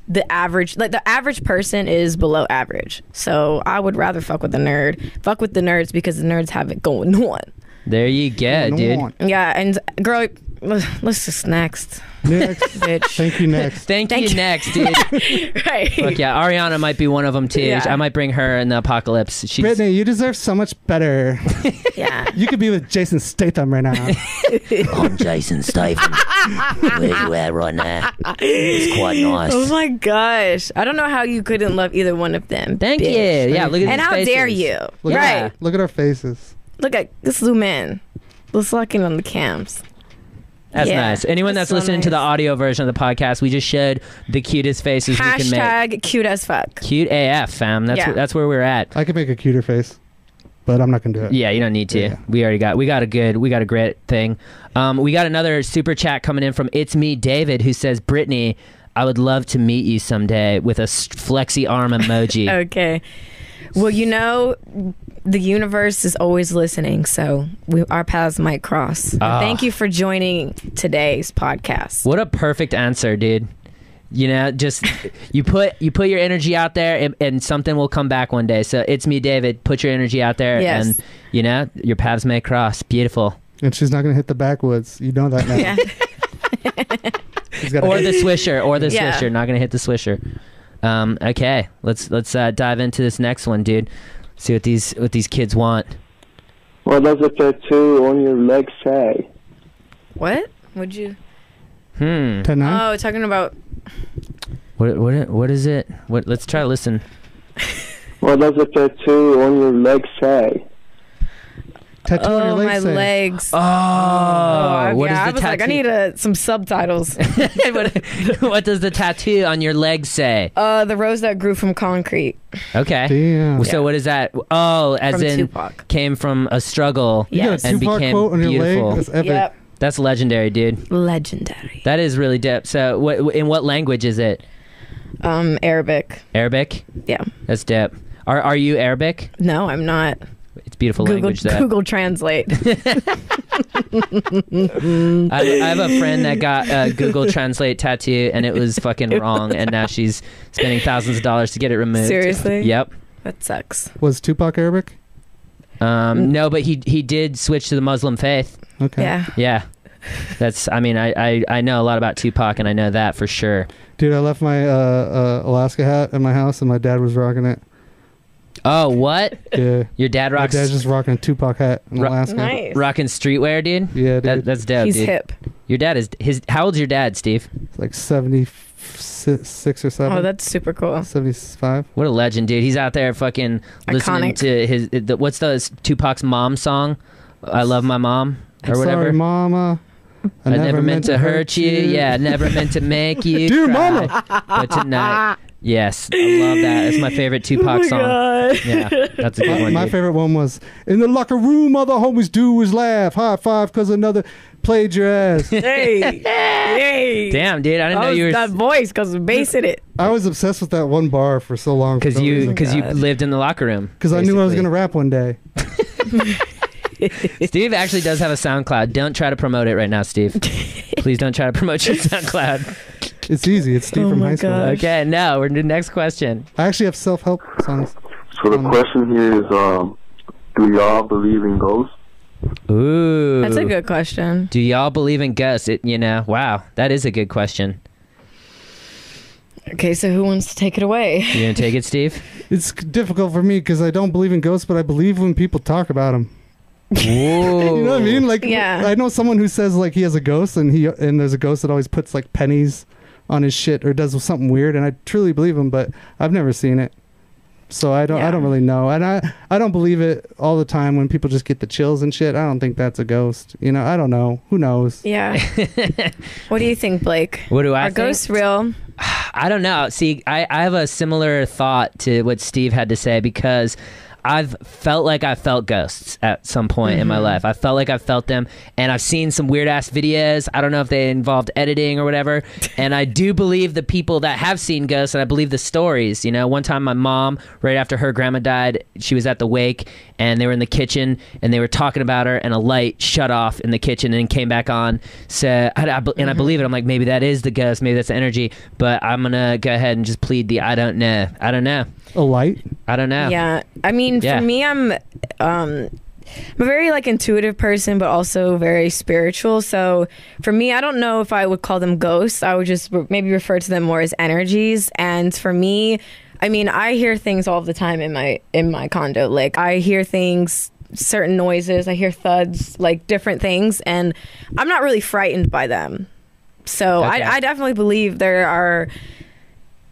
the average. Like the average person is below average. So I would rather fuck with the nerd. Fuck with the nerds because the nerds have it going on. There you go, Come dude. on. Yeah, and girl, Let's just next. Next. Bitch. Thank you. Next. Thank, Thank you, you. next, dude. right. Look, yeah, Ariana might be one of them too. Yeah. I might bring her in the apocalypse. She's Brittany, you deserve so much better. Yeah. You could be with Jason Statham right now. I'm Jason Statham. Where you at right now? It's quite nice. Oh my gosh. I don't know how you couldn't love either one of them. Thank bitch. you. Yeah, look at And these how faces. dare you? Look, Yeah. right. at, look at our faces. Look at let's zoom in. Let's lock in on the cams. That's Yeah, nice. Anyone that's, that's so listening to the nice. audio version of the podcast, we just showed the cutest faces we can make. Hashtag cute as fuck. Cute AF, fam. That's Yeah. wh- that's where we're at. I could make a cuter face, but I'm not gonna do it. Yeah, you don't need to. Yeah. We already got we got a good we got a great thing. Um, we got another super chat coming in from it's me David who says Brittany, I would love to meet you someday with a s- flexi arm emoji. Okay. Well, you know, the universe is always listening, so we, our paths might cross. And Ah. Thank you for joining today's podcast. What a perfect answer, dude. You know, just you put you put your energy out there, and, and something will come back one day. So it's me, David. Put your energy out there, Yes. and you know your paths may cross. Beautiful, And she's not gonna hit the backwoods. You know that now. Yeah. She's gotta or hit- the swisher, or the Yeah. swisher. Not gonna hit the swisher. Um, okay, let's let's uh, dive into this next one, dude. See what these what these kids want. What does a tattoo on your leg say? What? Would you? Hmm. Ten nine? Oh, talking about. What what what is it? What? Let's try to listen. What does a tattoo on your leg say? Tattoo on your Oh, legs. my say. legs. Oh, I- what is Oh, yeah, I the was tattoo? like, I need uh some subtitles. what, what does the tattoo on your leg say? uh, the rose that grew from concrete Okay. Damn. Well, So what is that? Oh, as from in Tupac. came from a struggle You got Yes. a and Tupac became quote on your beautiful. leg. That's epic. Yep. That's legendary, dude. Legendary. That is really deep. So, what in what language is it? Um, Arabic. Arabic. Yeah. That's deep. Are Are you Arabic? No, I'm not. It's beautiful Google language. That Google Translate. I, I have a friend that got a Google Translate tattoo, and it was fucking wrong, and now she's spending thousands of dollars to get it removed. Seriously? Yep. that sucks. Was Tupac Arabic? Mm. Um, no, but he he did switch to the Muslim faith. Okay. Yeah. Yeah. That's. I mean, I, I I know a lot about Tupac, and I know that for sure. Dude, I left my uh, uh, Alaska hat at my house, and my dad was rocking it. Oh, what? Yeah. Your dad my rocks dad's just rocking a Tupac hat in Ro- Alaska. Nice. rocking streetwear, dude. Yeah, dude. That, that's dope, He's dude. hip. Your dad is his. How old's your dad, Steve? It's like 76 or 7. Oh, that's super cool. 75. What a legend, dude. He's out there fucking listening Iconic. to his. The, what's the Tupac's mom song? I love my mom or whatever. Sorry, mama. I, never, meant, to hurt you. Yeah, I never meant to make you. Dear cry. mama. But tonight, yes, I love that. It's my favorite Oh Tupac song. Yeah, that's a good Oh My, one. my dude. favorite one was in the locker room. All the homies do is laugh, high five, cause another played your ass. Hey. hey. Damn, dude, I didn't know was you Oh, that were voice because bass in it. I was obsessed with that one bar for so long because you because you God. lived in the locker room. because I knew I was basically. gonna rap one day. Steve actually does have a SoundCloud. Don't try to promote it right now, Steve. Please don't try to promote your SoundCloud. It's easy. It's Steve Oh from my high school. God. Okay, now we're to the next question. I actually have self help songs. So the Um, question here is, um, do y'all believe in ghosts? Ooh. That's a good question. Do y'all believe in ghosts? It, you know, wow, that is a good question. Okay, so who wants to take it away? You gonna take it, Steve? It's c- difficult for me because I don't believe in ghosts, but I believe when people talk about them. Whoa. You know what I mean? Like, Yeah. I know someone who says like he has a ghost, and he and there's a ghost that always puts like pennies on his shit or does something weird, and I truly believe him, but I've never seen it, so I don't I Yeah. don't really know, and I I don't believe it all the time when people just get the chills and shit. I don't think that's a ghost. You know, I don't know. Who knows? Yeah. what do you think, Blake? What do I Are think? ghosts real? I don't know. See, I, I have a similar thought to what Steve had to say because I've felt like I felt ghosts at some point in my life. I felt like I felt them, and I've seen some weird ass videos. I don't know if they involved editing or whatever. and I do believe the people that have seen ghosts, and I believe the stories. You know, one time my mom, right after her grandma died, she was at the wake, and they were in the kitchen, and they were talking about her, and a light shut off in the kitchen and came back on. So, I, I- and Mm-hmm. I believe it. I'm like, maybe that is the ghost, maybe that's the energy. But I'm gonna go ahead and just plead the I don't know. I don't know. A light? I don't know. Yeah. I mean, Yeah. for me, I'm um, I'm a very like intuitive person, but also very spiritual. So for me, I don't know if I would call them ghosts. I would just re- maybe refer to them more as energies. And for me, I mean, I hear things all the time in my in my condo. Like I hear things, certain noises. I hear thuds, like different things, and I'm not really frightened by them. So Okay. I, I definitely believe there are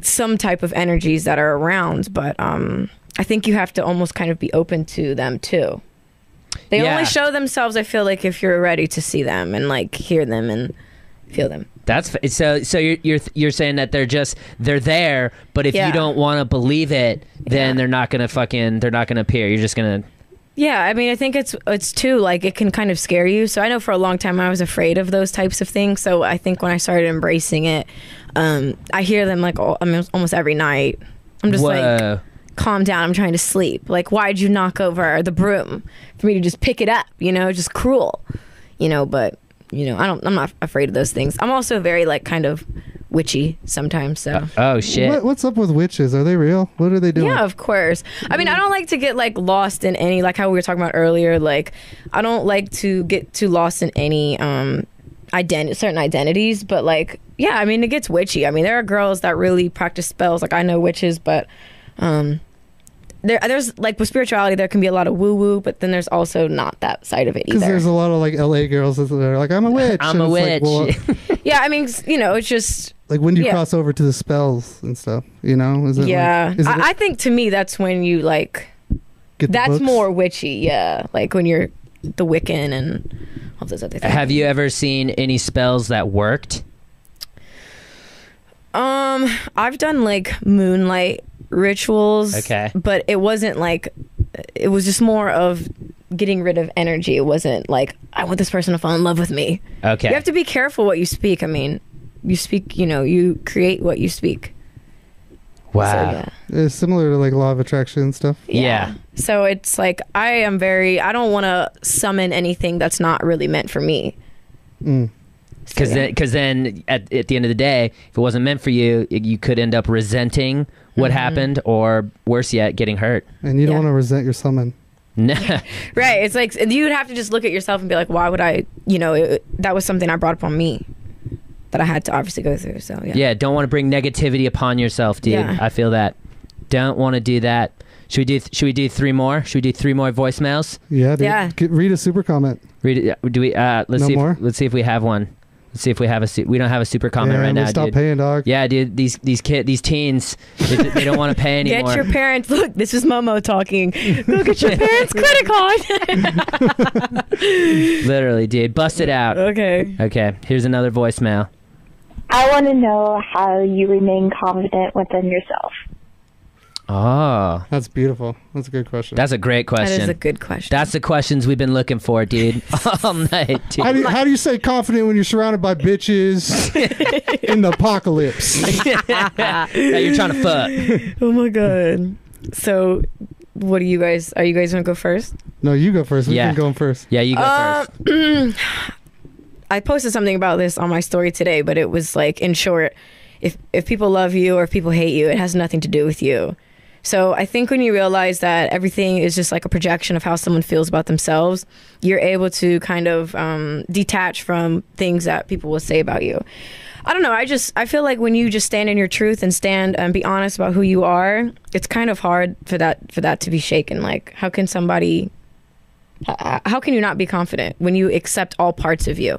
some type of energies that are around, but um, I think you have to almost kind of be open to them too. They Yeah. only show themselves, I feel like, if you're ready to see them and like hear them and feel them. That's f- so. So you're you're you're saying that they're just they're there, but if Yeah. you don't want to believe it, then they're not gonna fucking they're not gonna appear. You're just gonna Yeah, I mean, I think it's it's too like it can kind of scare you. So I know for a long time I was afraid of those types of things. So I think when I started embracing it, um, I hear them like all, I mean, almost every night. I'm just like, Whoa. calm down. I'm trying to sleep. Like, why'd you knock over the broom for me to just pick it up? You know, just cruel. You know, but you know, I don't. I'm not afraid of those things. I'm also very like kind of witchy sometimes. So Oh What, what's up with witches? Are they real? What are they doing? yeah, of course. I mean, I don't like to get like lost in any like how we were talking about earlier. Like, I don't like to get too lost in any um ident certain identities. But like, yeah, I mean, it gets witchy. I mean, there are girls that really practice spells. Like, I know witches, but um, there there's like with spirituality, there can be a lot of woo woo, but then there's also not that side of it Because either. there's a lot of like LA girls that are like, I'm a witch. I'm a And it's witch. Like, well, yeah, I mean, s- you know, it's just like, when do you Yeah. cross over to the spells and stuff? You know? Is it like- yeah. is it I, I think to me, that's when you like. get the That's books? more witchy, yeah. Like when you're the Wiccan and all those other things. Have you ever seen any spells that worked? Um, I've done like moonlight rituals. Okay. But it wasn't like it was just more of getting rid of energy. It wasn't like I want this person to fall in love with me. Okay. You have to be careful what you speak. I mean, you speak, you know, you create what you speak. Wow. It's similar to like law of attraction and stuff. Yeah. So it's like I am very I don't want to summon anything that's not really meant for me. Mm. Because then, cause then at, at the end of the day, if it wasn't meant for you, y- you could end up resenting Mm-hmm. what happened, or worse yet, getting hurt. And you don't want to resent your summon. No. Right. It's like you'd have to just look at yourself and be like, why would I, you know, it, that was something I brought upon me that I had to obviously go through. So, yeah. yeah. don't want to bring negativity upon yourself, dude. Yeah. I feel that. Don't want to do that. Should we do? Should we do three more? Should we do three more voicemails? Yeah. Dude. Yeah. Get, read a super comment. Read it. Do we? Uh, let's No see. more? If, let's see if we have one. Let's see if we have a. su- We don't have a super comment Yeah, right we now, stop dude. paying, dog. Yeah, dude. These these kid these teens, they, they don't want to pay anymore. Get your parents. Look, this is Momo talking. Go get your parents' credit card. Literally, dude. Bust it out. Okay. Okay. Here's another voicemail. I want to know how you remain confident within yourself. Oh. That's beautiful. That's a good question. That's a great That is question. a good question. That's the questions we've been looking for, dude. All night, dude. How do, you, how do you stay confident when you're surrounded by bitches in the apocalypse? that you're trying to fuck. Oh my god. So, what do you guys? Are you guys gonna go first? No, you go first. We've Yeah. been going first. Yeah, you Uh, first. I posted something about this on my story today, but it was like, in short, if if people love you or if people hate you, it has nothing to do with you. So I think when you realize that everything is just like a projection of how someone feels about themselves, you're able to kind of um, detach from things that people will say about you. I don't know. I just I feel like when you just stand in your truth and stand and be honest about who you are, it's kind of hard for that for that to be shaken. Like, how can somebody h- uh, how can you not be confident when you accept all parts of you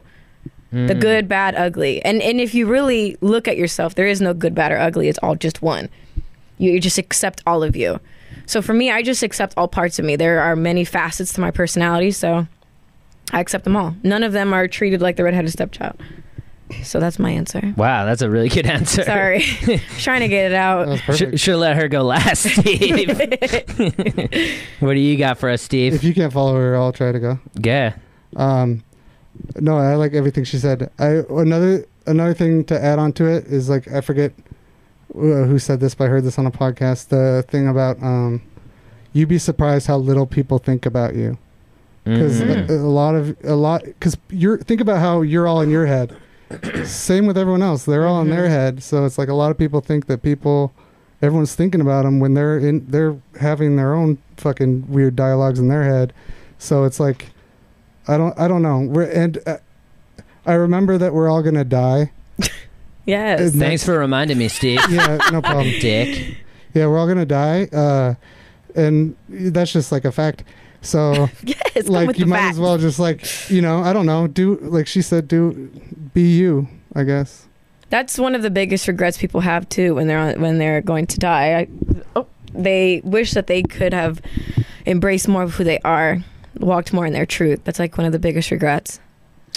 Hmm. the Mm. good bad ugly and and if you really look at yourself there is no good bad or ugly it's all just one you, you just accept all of you so for me i just accept all parts of me there are many facets to my personality so i accept them all none of them are treated like the redheaded stepchild so that's my answer Wow, that's a really good answer. sorry trying to get it out Should, should let her go last, Steve. what do you got for us, Steve? If you can't follow her, I'll try to go. Yeah. Um, no, I like everything she said. I another another thing to add on to it is like I forget uh, who said this, but I heard this on a podcast. The thing about um, you'd be surprised how little people think about you because Mm-hmm. Mhm. a, a lot of a lot because you're think about how you're all in your head. Same with everyone else; they're all in their head. So it's like a lot of people think that people, everyone's thinking about them when they're in. They're having their own fucking weird dialogues in their head. So it's like, I don't, I don't know. We're and uh, I remember that we're all gonna die. Yes. Isn't that- Thanks for reminding me, Steve. Yeah, no problem. Dick. Yeah, we're all gonna die, uh, and that's just like a fact. So, Yes. come like, with you the might facts. as well just like, you know, I don't know, do like she said, do be you, I guess. That's one of the biggest regrets people have too when they're on, when they're going to die. I, oh, they wish that they could have embraced more of who they are, walked more in their truth. That's like one of the biggest regrets.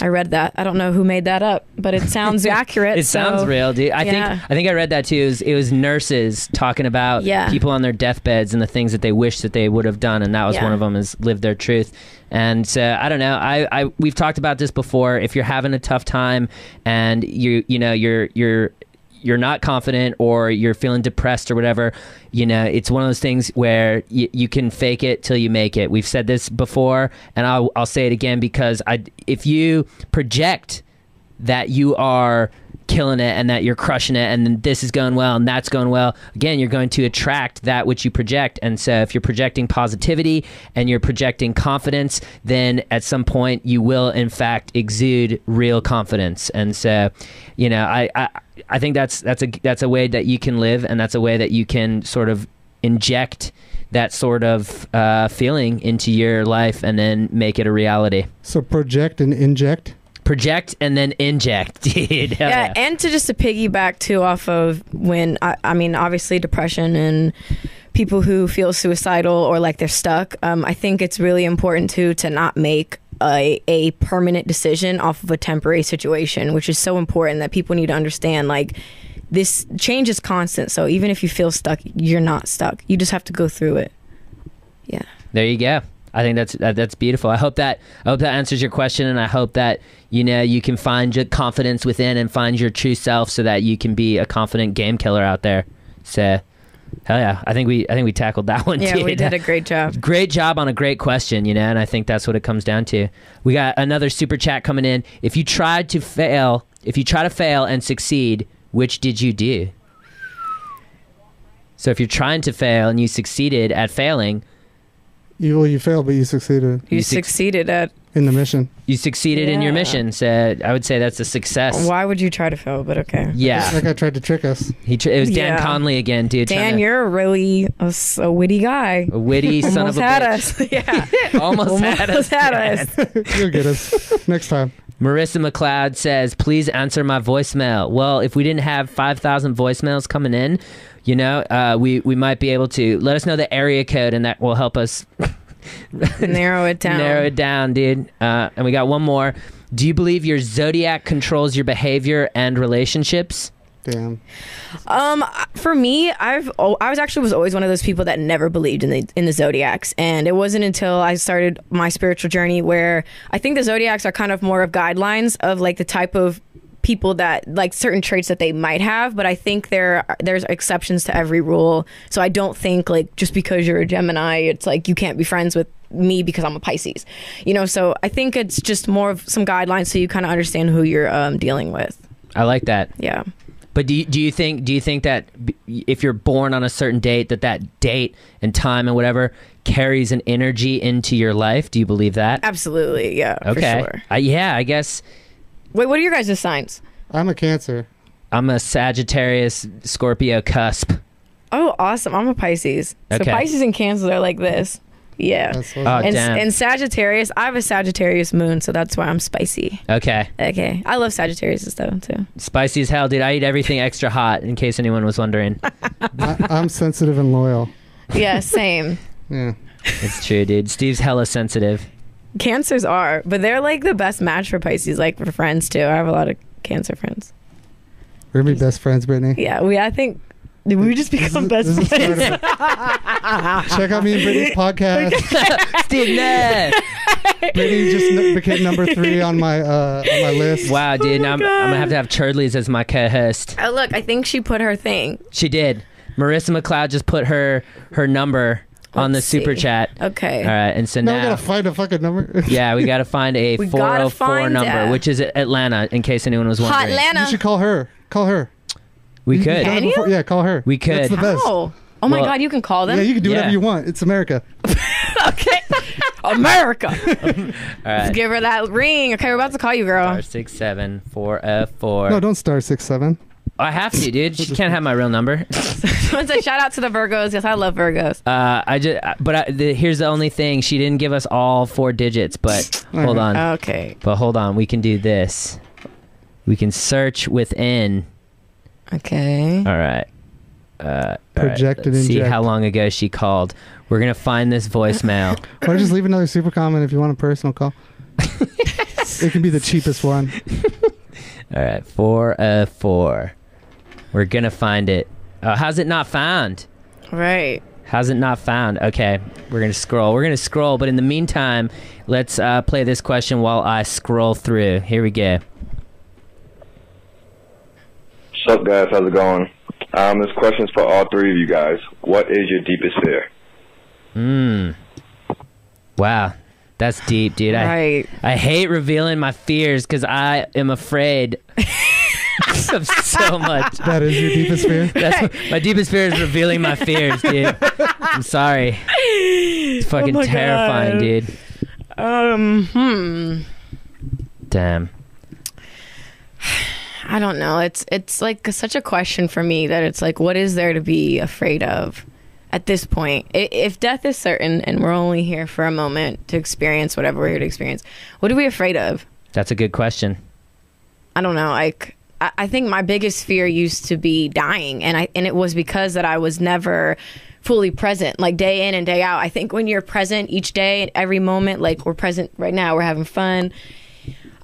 I read that. I don't know who made that up, but it sounds accurate. It sounds so- real, dude. I yeah. think I think I read that too. It was, it was nurses talking about Yeah. people on their deathbeds and the things that they wish that they would have done, and that was Yeah. one of them is live their truth. And so I don't know. I, I we've talked about this before. If you're having a tough time and you you know you're you're you're not confident or you're feeling depressed or whatever, you know, it's one of those things where y- you can fake it till you make it. We've said this before, and I'll, I'll say it again because I, if you project that you are killing it and that you're crushing it and then this is going well and that's going well again you're going to attract that which you project and so if you're projecting positivity and you're projecting confidence then at some point you will in fact exude real confidence and so you know i i, I think that's that's a that's a way that you can live and that's a way that you can sort of inject that sort of uh, feeling into your life and then make it a reality So project and inject. project and then inject dude Hell yeah, and to just to piggyback too off of when I, I mean obviously depression and people who feel suicidal or like they're stuck um, i think it's really important too to not make a, a permanent decision off of a temporary situation which is so important that people need to understand like this change is constant so even if you feel stuck you're not stuck you just have to go through it There you go. I think that's that, that's beautiful. I hope that I hope that answers your question, and I hope that you know you can find your confidence within and find your true self, so that you can be a confident game killer out there. So, hell yeah, I think we I think we tackled that one. yeah we dude. did a great job Great job on a great question, you know, and I think that's what it comes down to. We got another super chat coming in. If you tried to fail, if you try to fail and succeed, which did you do? So if you're trying to fail and you succeeded at failing, You well, you failed, but you succeeded you, You suc- succeeded at in the mission. you succeeded in your Yeah. mission. So I would say that's a success. why would you try to fail but okay Yeah, That guy tried to trick us. he tr- it was Dan Yeah. Conley again, dude. trying dan to- you're really a, s- a witty guy a witty Oh, son of almost a had bitch. us. Yeah, Almost, had us. almost had us. You'll get us next time. Marissa McLeod says, "Please answer my voicemail." Well, if we didn't have five thousand voicemails coming in, you know, uh, we we might be able to let us know the area code, and that will help us Narrow it down. narrow it down, dude. Uh, and we got one more. Do you believe your zodiac controls your behavior and relationships? Damn. Um, for me, I've oh, I was actually was always one of those people that never believed in the in the zodiacs, and it wasn't until I started my spiritual journey where I think the zodiacs are kind of more of guidelines of like the type of people that like certain traits that they might have but i think there there's exceptions to every rule so i don't think like just because you're a gemini it's like you can't be friends with me because i'm a pisces you know so i think it's just more of some guidelines so you kind of understand who you're um, dealing with I like that. yeah But do you, do you think do you think that b- if you're born on a certain date that that date and time and whatever carries an energy into your life? Do you believe that? absolutely yeah okay. for sure Uh, yeah, I guess Wait, what are your guys' signs? I'm a cancer. I'm a Sagittarius Scorpio cusp. Oh, awesome. I'm a Pisces. Okay. So Pisces and Cancer are like this. Yeah. That's what Oh, And, damn. and Sagittarius, I have a Sagittarius moon, so that's why I'm spicy. okay. Okay. I love Sagittarius though too. Spicy as hell, dude. I eat everything extra hot in case anyone was wondering. I, I'm sensitive and loyal. Yeah, same. Yeah. it's true, dude. Steve's hella sensitive. Cancers are, but they're like the best match for Pisces, like for friends too. I have a lot of Cancer friends. We're gonna be best friends, Brittany. Yeah, we I think did we just become This best is- this is friends. part of it. Check out me and Brittany's podcast. Steve, no. Brittany just n- became number three on my uh, on my list. Wow, dude. now I'm, I'm gonna have to have Churdley's as my co-host. Oh look, I think she put her thing. She did. Marissa McLeod just put her her number on the Let's see. super chat. Okay. All right, and so Now now, I gotta find a fucking number. yeah, we gotta find a We gotta 404 find number, a- which is Atlanta, in case anyone was Hot wondering. You Lana. should call her. Call her. We You've done it could. Can you? before. Yeah, call her. We could. That's the best. Oh. Oh my Well- god, you can call them. Yeah, you can do whatever Yeah. you want. It's America. okay. America. All Let's right. give her that ring. Okay, we're about to call you, girl. Star six seven four F four. No, don't star six seven. Oh, I have to, dude. She can't have my real number. Someone said, shout out to the Virgos. Yes, I love Virgos. Uh, I just, but I, the, here's the only thing: she didn't give us all four digits. But hold on, Uh, Okay. but hold on, we can do this. We can search within. Okay. All right. Uh, all right, Project and let's see inject. how long ago she called. We're gonna find this voicemail. Why don't you just leave another super comment if you want a personal call? it can be the cheapest one. All right, four uh four. We're gonna find it. Uh, how's it not found? Right. How's it not found? Okay, we're gonna scroll. We're gonna scroll, but in the meantime, let's uh, play this question while I scroll through. Here we go. What's up, guys? How's it going? Um, this question's for all three of you guys. What is your deepest fear? Mm. Wow, that's deep, dude. I Right. I hate revealing my fears because I am afraid of so much. That is your deepest fear. That's my deepest fear is revealing my fears, dude. I'm sorry. It's fucking Oh my terrifying, God. dude. Um, hmm. Damn. I don't know. It's it's like such a question for me that it's like, what is there to be afraid of at this point? I- If death is certain and we're only here for a moment to experience whatever we're here to experience, what are we afraid of? That's a good question. I don't know. Like, I, I think my biggest fear used to be dying, and I and it was because that I was never fully present, like day in and day out. I think when you're present each day, and every moment, like we're present right now, we're having fun.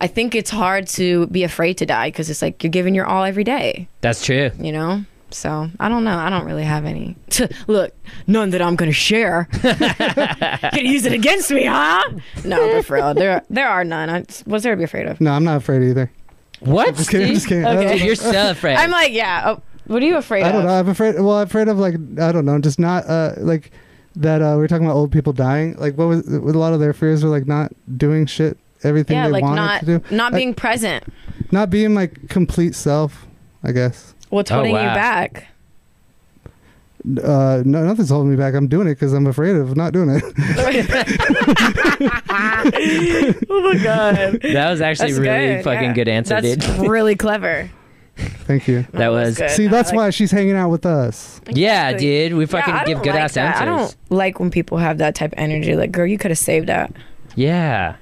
I think it's hard to be afraid to die because it's like you're giving your all every day, That's true. you know. So I don't know. I don't really have any. Look, none that I'm gonna share. Gonna use it against me, huh? No, but for real, there there are none. I, what's there to be afraid of? No, I'm not afraid either. What? Just kidding. I'm just kidding. I, Dude, don't, you're so afraid. I'm like, yeah. Oh, what are you afraid I of? don't know. I'm afraid. Well, I'm afraid of like I don't know. Just not uh like that. Uh, we were talking about old people dying. Like what was with a lot of their fears were like not doing shit. Everything yeah, they like wanted not to do. not Like, being present. not being my complete self. I guess. What's Oh, holding wow. you back? Uh, no, nothing's holding me back. I'm doing it because I'm afraid of not doing it. Oh my god, that was actually really fucking good answer, That's dude. really clever. Thank you. That was good. See, I that's like- why she's hanging out with us. yeah, Exactly. dude. We fucking Yeah, I give don't good like ass that. answers. I don't like when people have that type of energy. Like, girl, you could have saved that. Yeah.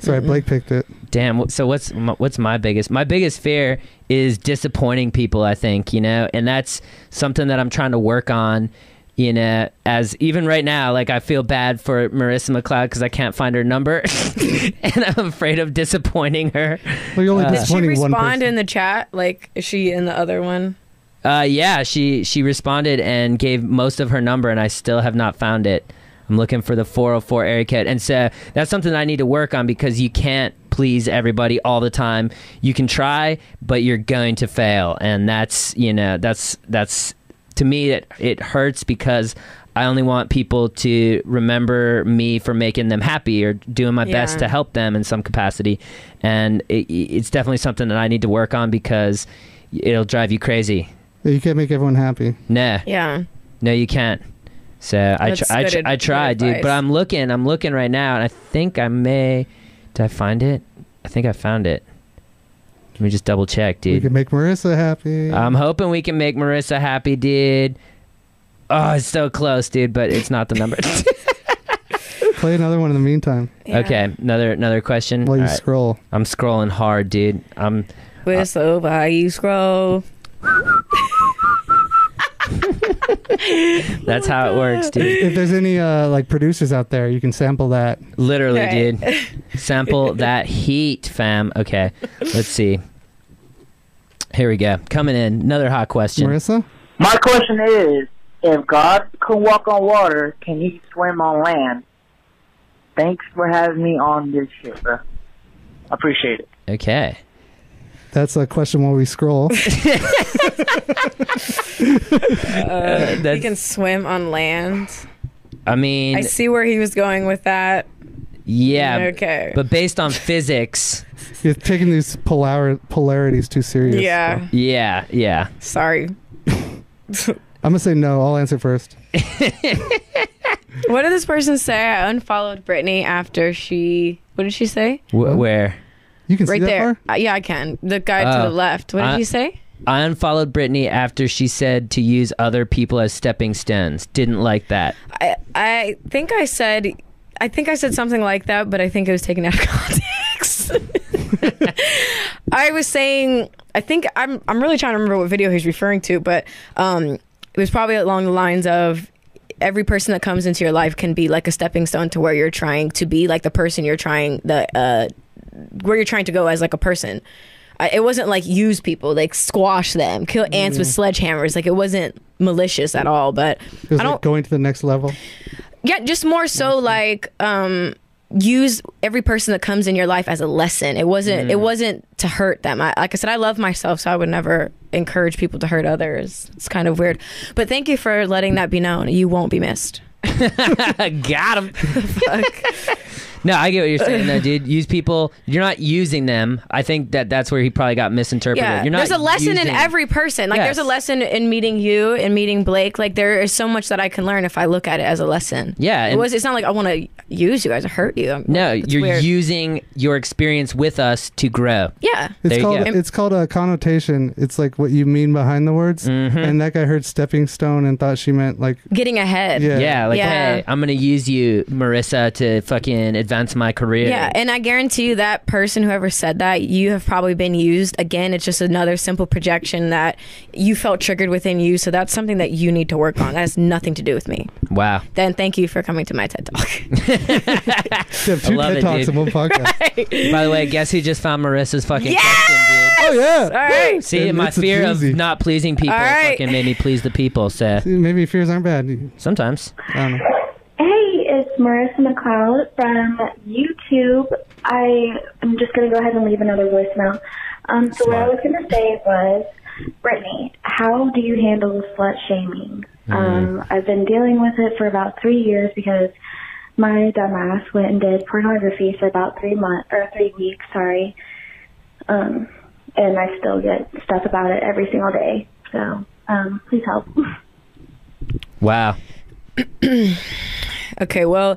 Sorry, Blake picked it. Damn. wh- So what's my, what's my biggest? My biggest fear is disappointing people. I think you know, and that's something that I'm trying to work on. You know, as even right now, like I feel bad for Marissa McLeod because I can't find her number, and I'm afraid of disappointing her. Well, Uh, you're only Did she disappointing one respond person. in the chat? Like, is she in the other one? Uh, yeah, she she responded and gave most of her number, and I still have not found it. I'm looking for the 404 area code, and so that's something I need to work on because you can't please everybody all the time. You can try, but you're going to fail, and that's you know that's that's to me it it hurts because. I only want people to remember me for making them happy or doing my best Yeah. to help them in some capacity. And it, it's definitely something that I need to work on because it'll drive you crazy. you can't make everyone happy. No, Yeah. no, you can't. So I, tr- That's I, good tr- ad- I good tried, dude, but advice. I'm looking, I'm looking right now, and I think I may. Did I find it? I think I found it. Let me just double check, You dude. can make Marissa happy. I'm hoping we can make Marissa happy, dude. Oh, it's so close, dude, but it's not the number. Play another one in the meantime yeah. Okay, another another question. while you All right. scroll. I'm scrolling hard, dude. I'm Whistle by you scroll. that's how it works, dude. If there's any uh, like producers out there, you can sample that. Literally, Right. dude. Sample that heat, fam. Okay, let's see. Here we go. Coming in, another hot question. Marissa, My question is, if God could walk on water, can he swim on land? Thanks for having me on this shit, bro. Appreciate it. Okay. that's a question while we scroll. Uh, he that's- can swim on land. I mean, I see where he was going with that. yeah. Okay. But based on physics, You're taking these polar- polarities too serious. yeah. so. yeah, yeah. Sorry. I'm gonna say no. I'll answer first. What did this person say? I unfollowed Brittany after she. What did she say? Wh- where? You can right there. Uh, yeah, I can. The guy to Oh. the left. What did Uh, he say? I unfollowed Brittany after she said to use other people as stepping stones. Didn't like that. I I think I said. I think I said something like that, but I think it was taken out of context. I was saying. I think I'm. I'm really trying to remember what video he's referring to, but um, it was probably along the lines of every person that comes into your life can be like a stepping stone to where you're trying to be, like the person you're trying the uh, where you're trying to go as like a person. I, it wasn't like use people, like squash them, kill ants with sledgehammers. Like it wasn't malicious at all. But Is I it don't going to the next level? yeah just more so like um use every person that comes in your life as a lesson it wasn't Mm. it wasn't to hurt them I, like i said i love myself so i would never encourage people to hurt others it's kind of weird but thank you for letting that be known you won't be missed Got him. No, I get what you're saying though, dude. Use people. You're not using them. I think that that's where he probably got misinterpreted. yeah You're not there's a lesson in using- every person like there's a Yes. lesson in meeting you and meeting blake like there is so much that i can learn if i look at it as a lesson Yeah, it and- was it's not like i want to use you guys or hurt you I'm- No, it's you're weird. using your experience with us to grow. yeah There It's you go. called it's called a connotation. It's like what you mean behind the words. Mm-hmm. And that guy heard stepping stone and thought she meant like getting ahead yeah. Yeah, like Yeah. hey, I'm gonna use you, Marissa, to fucking advance my career. Yeah, and I guarantee you that person, whoever said that, you have probably been used. Again, it's just another simple projection that you felt triggered within you. So that's something that you need to work on. That has nothing to do with me. Wow. Then thank you for coming to my TED Talk. You have two love TED it, Talks dude. in one podcast. By the way, guess who just found Marissa's fucking question, dude? Oh yeah. All right. See, And my it's a fear of doozy. not pleasing people All right. fucking made me please the people. So Dude, Maybe fears aren't bad. sometimes. I don't know. Hey, it's Marissa McLeod from YouTube. I am just going to go ahead and leave another voicemail. Um, so what I was going to say was, Brittany, how do you handle slut shaming? Um, I've been dealing with it for about three years because my dumbass went and did pornography for about three months or three weeks. Sorry, um, and I still get stuff about it every single day. So um, please help. Wow. Okay, well,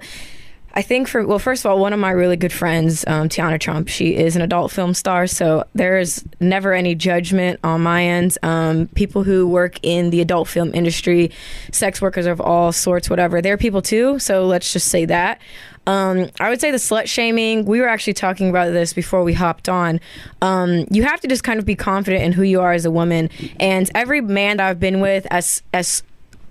I think for well, first of all, one of my really good friends, um, Tiana Trump, she is an adult film star, so there is never any judgment on my end. Um, people who work in the adult film industry, sex workers of all sorts, whatever, they're people too. So let's just say that. Um, I would say the slut shaming. We were actually talking about this before we hopped on. Um, you have to just kind of be confident in who you are as a woman. And every man that I've been with, as as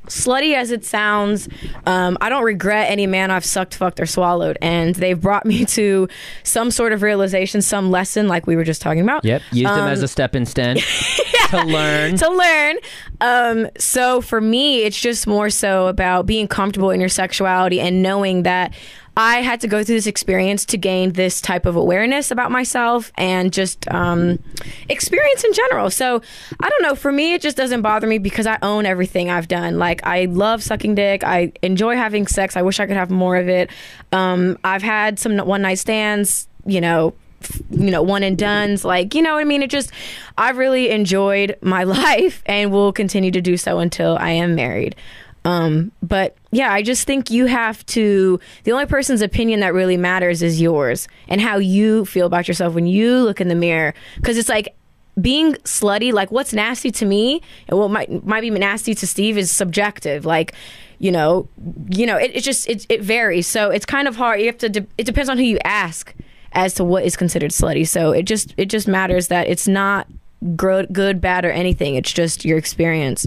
slutty as it sounds, um, I don't regret any man I've sucked, fucked, or swallowed. And they've brought me to some sort of realization, some lesson, like we were just talking about. Yep. Use them Um, as a stepping stone to learn. to learn. Um, so for me, it's just more so about being comfortable in your sexuality and knowing that I had to go through this experience to gain this type of awareness about myself and just um, experience in general. So I don't know. For me, it just doesn't bother me because I own everything I've done. Like I love sucking dick. I enjoy having sex. I wish I could have more of it. Um, I've had some one night stands. You know, you know, one and done's like, you know what I mean? It just, I really enjoyed my life and will continue to do so until I am married. Um, but yeah, I just think you have to, the only person's opinion that really matters is yours and how you feel about yourself when you look in the mirror. Cause it's like, being slutty, like what's nasty to me and what might might be nasty to Steve is subjective. Like, you know, you know, it, it just it, it varies. So it's kind of hard. You have to. De- it depends on who you ask as to what is considered slutty. So it just it just matters that it's not gro- good, bad, or anything. It's just your experience.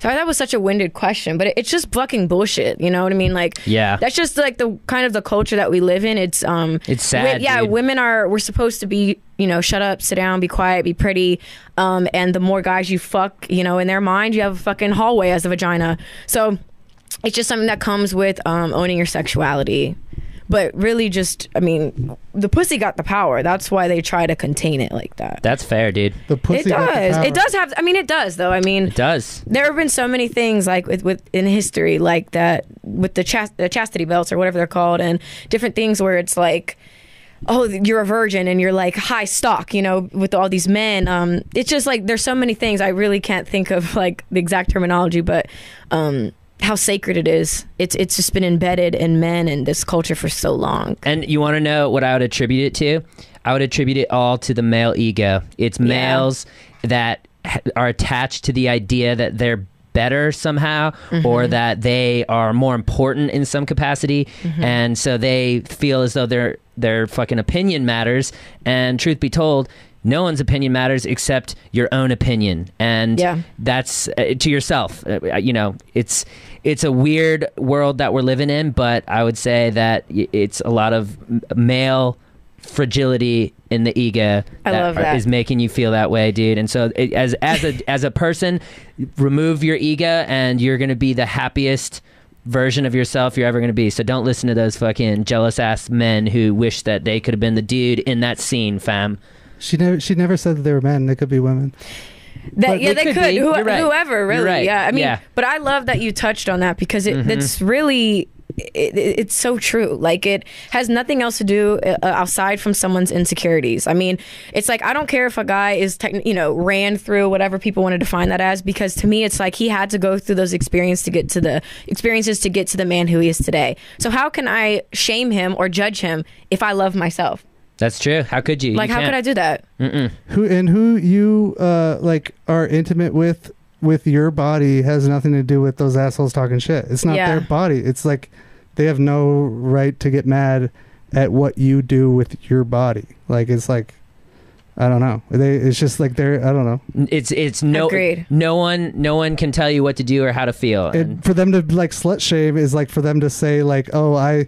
Sorry, that was such a winded question, but it, it's just fucking bullshit. You know what I mean? Like, Yeah. that's just like the kind of the culture that we live in. It's um, It's sad, wi- yeah, dude. women are we're supposed to be you know shut up, sit down, be quiet, be pretty. Um, and the more guys you fuck, you know, in their mind, you have a fucking hallway as a vagina. So it's just something that comes with um, owning your sexuality. But really, just I mean, the pussy got the power. That's why they try to contain it like that. That's fair, dude. The pussy It got the does. power. It does have. I mean, it does though. I mean, It does. there have been so many things like with, with in history like that with the, chast- the chastity belts or whatever they're called and different things where it's like oh you're a virgin and you're like high stock you know with all these men um it's just like there's so many things i really can't think of like the exact terminology but um how sacred it is. It's it's just been embedded in men and this culture for so long. And you want to know what I would attribute it to? I would attribute it all to the male ego. It's males that ha- are attached to the idea that they're better somehow or that they are more important in some capacity and so they feel as though their their fucking opinion matters and truth be told no one's opinion matters except your own opinion and Yeah. that's uh, to yourself Uh, you know it's it's a weird world that we're living in but i would say that y- it's a lot of m- male fragility in the ego I love that. is making you feel that way dude and so it, as as a as a person remove your ego and you're going to be the happiest version of yourself you're ever going to be so don't listen to those fucking jealous ass men who wish that they could have been the dude in that scene fam She never she never said that they were men. They could be women. That, But they yeah, they could. could be. Who, You're right. Whoever, You're really. right. Yeah. I mean, Yeah. Mm-hmm. but I love that you touched on that because it, it's really, it, it- it's so true. Like, it has nothing else to do uh, outside from someone's insecurities. I mean, it's like, I don't care if a guy is, techn- you know, ran through whatever people want to define that as, because to me, it's like he had to go through those experiences to get to the experiences to get to the man who he is today. So, how can I shame him or judge him if I love myself? that's true how could you Like, how could I do that? Mm-mm. Who and who you uh like are intimate with with your body has nothing to do with those assholes talking shit. It's not Yeah. their body. It's like they have no right to get mad at what you do with your body. Like it's like I don't know. They it's just like they're I don't know. it's it's no Agreed. no one no one can tell you what to do or how to feel And for them to like slut shame is like for them to say like, "Oh, I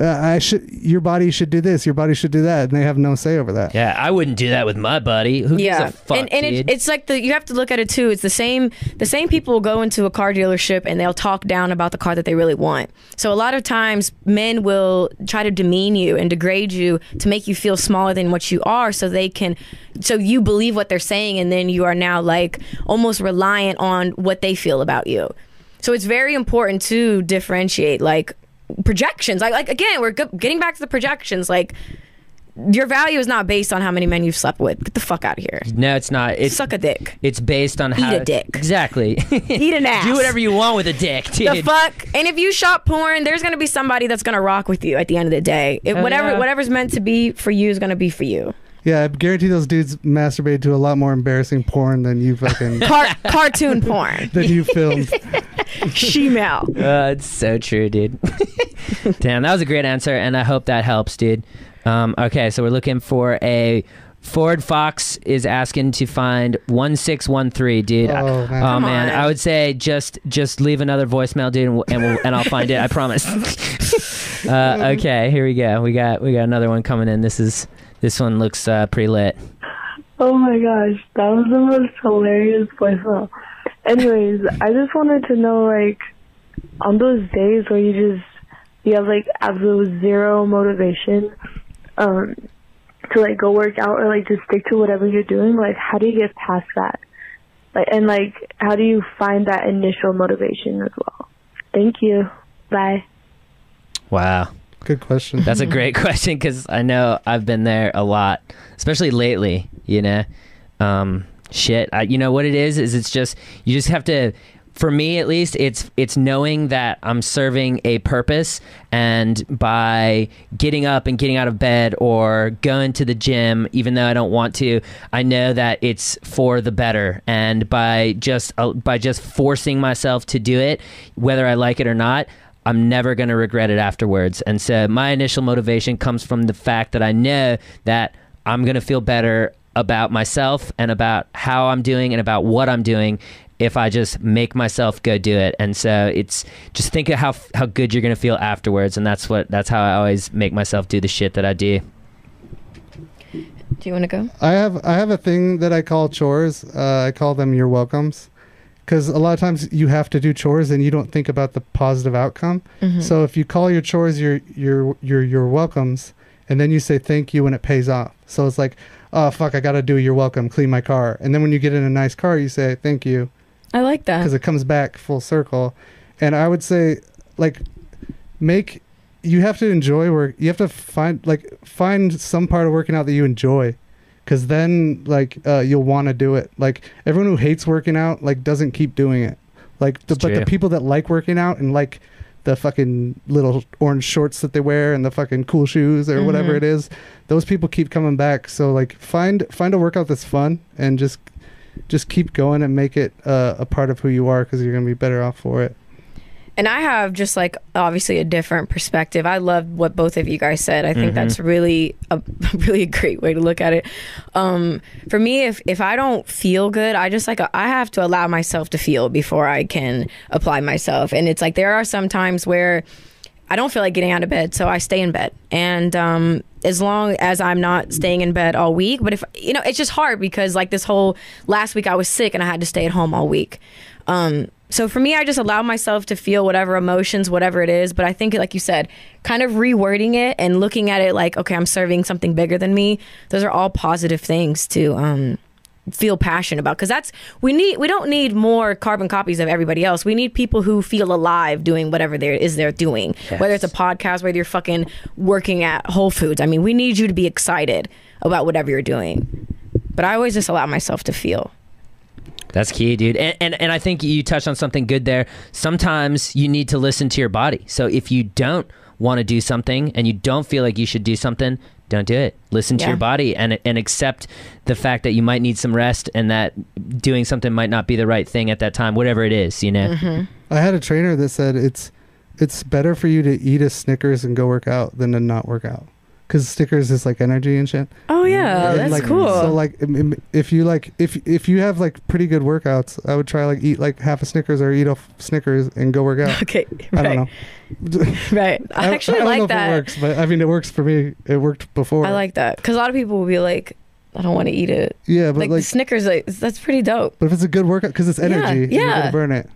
uh, I should your body should do this, your body should do that." And they have no say over that. Yeah, I wouldn't do that with my buddy. Who yeah. gives a fuck, and and dude? it, it's like the you have to look at it too. It's the same the same people will go into a car dealership and they'll talk down about the car that they really want. So a lot of times men will try to demean you and degrade you to make you feel smaller than what you are so they can so you believe what they're saying and then you are now like almost reliant on what they feel about you. So it's very important to differentiate like projections. Like like again, we're go- getting back to the projections like your value is not based on how many men you've slept with. Get the fuck out of here. no, it's not. It's Suck a dick. it's based on how a dick. Exactly. Eat an ass. do whatever you want with a dick, dude. the fuck. And if you shop porn, there's gonna be somebody that's gonna rock with you at the end of the day. It, Hell whatever yeah. whatever's meant to be for you is gonna be for you. Yeah, I guarantee those dudes masturbate to a lot more embarrassing porn than you fucking Car- cartoon porn. than you filmed. Shemale. Uh, it's so true, dude. Damn, that was a great answer, and I hope that helps, dude. Um, okay, so we're looking for a. Ford Fox is asking to find one six one three, dude. I- Oh, man. oh Come man, on. I would say just just leave another voicemail, dude, and we'll, and, we'll, and I'll find it. I promise. uh, okay, here we go. We got we got another one coming in. This is this one looks uh, pretty lit. Oh my gosh, that was the most hilarious voicemail. Anyways, I just wanted to know, like, on those days where you just you have like absolute zero motivation um, to like go work out or like just stick to whatever you're doing, like, how do you get past that? Like, and like, how do you find that initial motivation as well? Thank you. Bye. Wow. Good question. That's a great question because I know I've been there a lot, especially lately. You know, um, shit. I, you know what it is? Is it's just you just have to. For me, at least, it's it's knowing that I'm serving a purpose, and by getting up and getting out of bed or going to the gym, even though I don't want to, I know that it's for the better. And by just uh, by just forcing myself to do it, whether I like it or not, I'm never going to regret it afterwards. And so my initial motivation comes from the fact that I know that I'm going to feel better about myself and about how I'm doing and about what I'm doing if I just make myself go do it. And so it's just think of how how good you're going to feel afterwards and that's what that's how I always make myself do the shit that I do. Do you wanna go? I have I have a thing that I call chores. Uh, I call them your welcomes, because a lot of times you have to do chores and you don't think about the positive outcome. So if you call your chores your your your your welcomes, and then you say thank you when it pays off. So it's like, oh fuck, I gotta do your welcome, clean my car, and then when you get in a nice car, you say thank you I like that. because it comes back full circle. And I would say, like, make you have to enjoy work. You have to find like find some part of working out that you enjoy, because then like uh, you'll want to do it. Like everyone who hates working out like doesn't keep doing it. Like, the, It's but the true. people that like working out and like the fucking little orange shorts that they wear and the fucking cool shoes or whatever Mhm. it is, those people keep coming back. So like, find find a workout that's fun and just just keep going and make it uh, a part of who you are because you're gonna be better off for it. And I have just like obviously a different perspective. I love what both of you guys said. I think Mhm. that's really a really a great way to look at it. Um, for me, if if I don't feel good, I just like I have to allow myself to feel before I can apply myself. And it's like there are some times where I don't feel like getting out of bed, so I stay in bed. And um, as long as I'm not staying in bed all week, but if you know, it's just hard because like this whole last week I was sick and I had to stay at home all week. Um, so for me, I just allow myself to feel whatever emotions, whatever it is. But I think, like you said, kind of rewording it and looking at it like, okay, I'm serving something bigger than me. Those are all positive things to um, feel passionate about because that's we need we don't need more carbon copies of everybody else we need people who feel alive doing whatever there is they're doing whether it's a podcast whether you're fucking working at whole foods i mean we need you to be excited about whatever you're doing but i always just allow myself to feel That's key, dude. And, and and I think you touched on something good there. Sometimes you need to listen to your body. So if you don't want to do something and you don't feel like you should do something, don't do it. Listen to Yeah. your body and and accept the fact that you might need some rest and that doing something might not be the right thing at that time, whatever it is, you know. Mm-hmm. I had a trainer that said it's it's better for you to eat a Snickers and go work out than to not work out because Snickers is like energy and shit. oh yeah And, that's like, cool So like, im- im- if you like, if if you have like pretty good workouts, I would try like eat like half a Snickers or eat off Snickers and go work out. Okay, I don't right. know. right i, actually don't like know if that It works, but I mean, it works for me. It worked before. i like that because a lot of people will be like i don't want to eat it Yeah, but like, the like- snickers like, that's pretty dope But if it's a good workout, because it's Yeah, energy, and you're yeah. gonna burn it.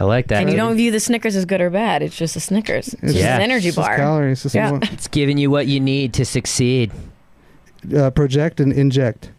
I like that. Mm-hmm. and you don't view the snickers as good or bad it's just a snickers it's just an energy bar yeah. It's giving you what you need to succeed. Uh, project and inject.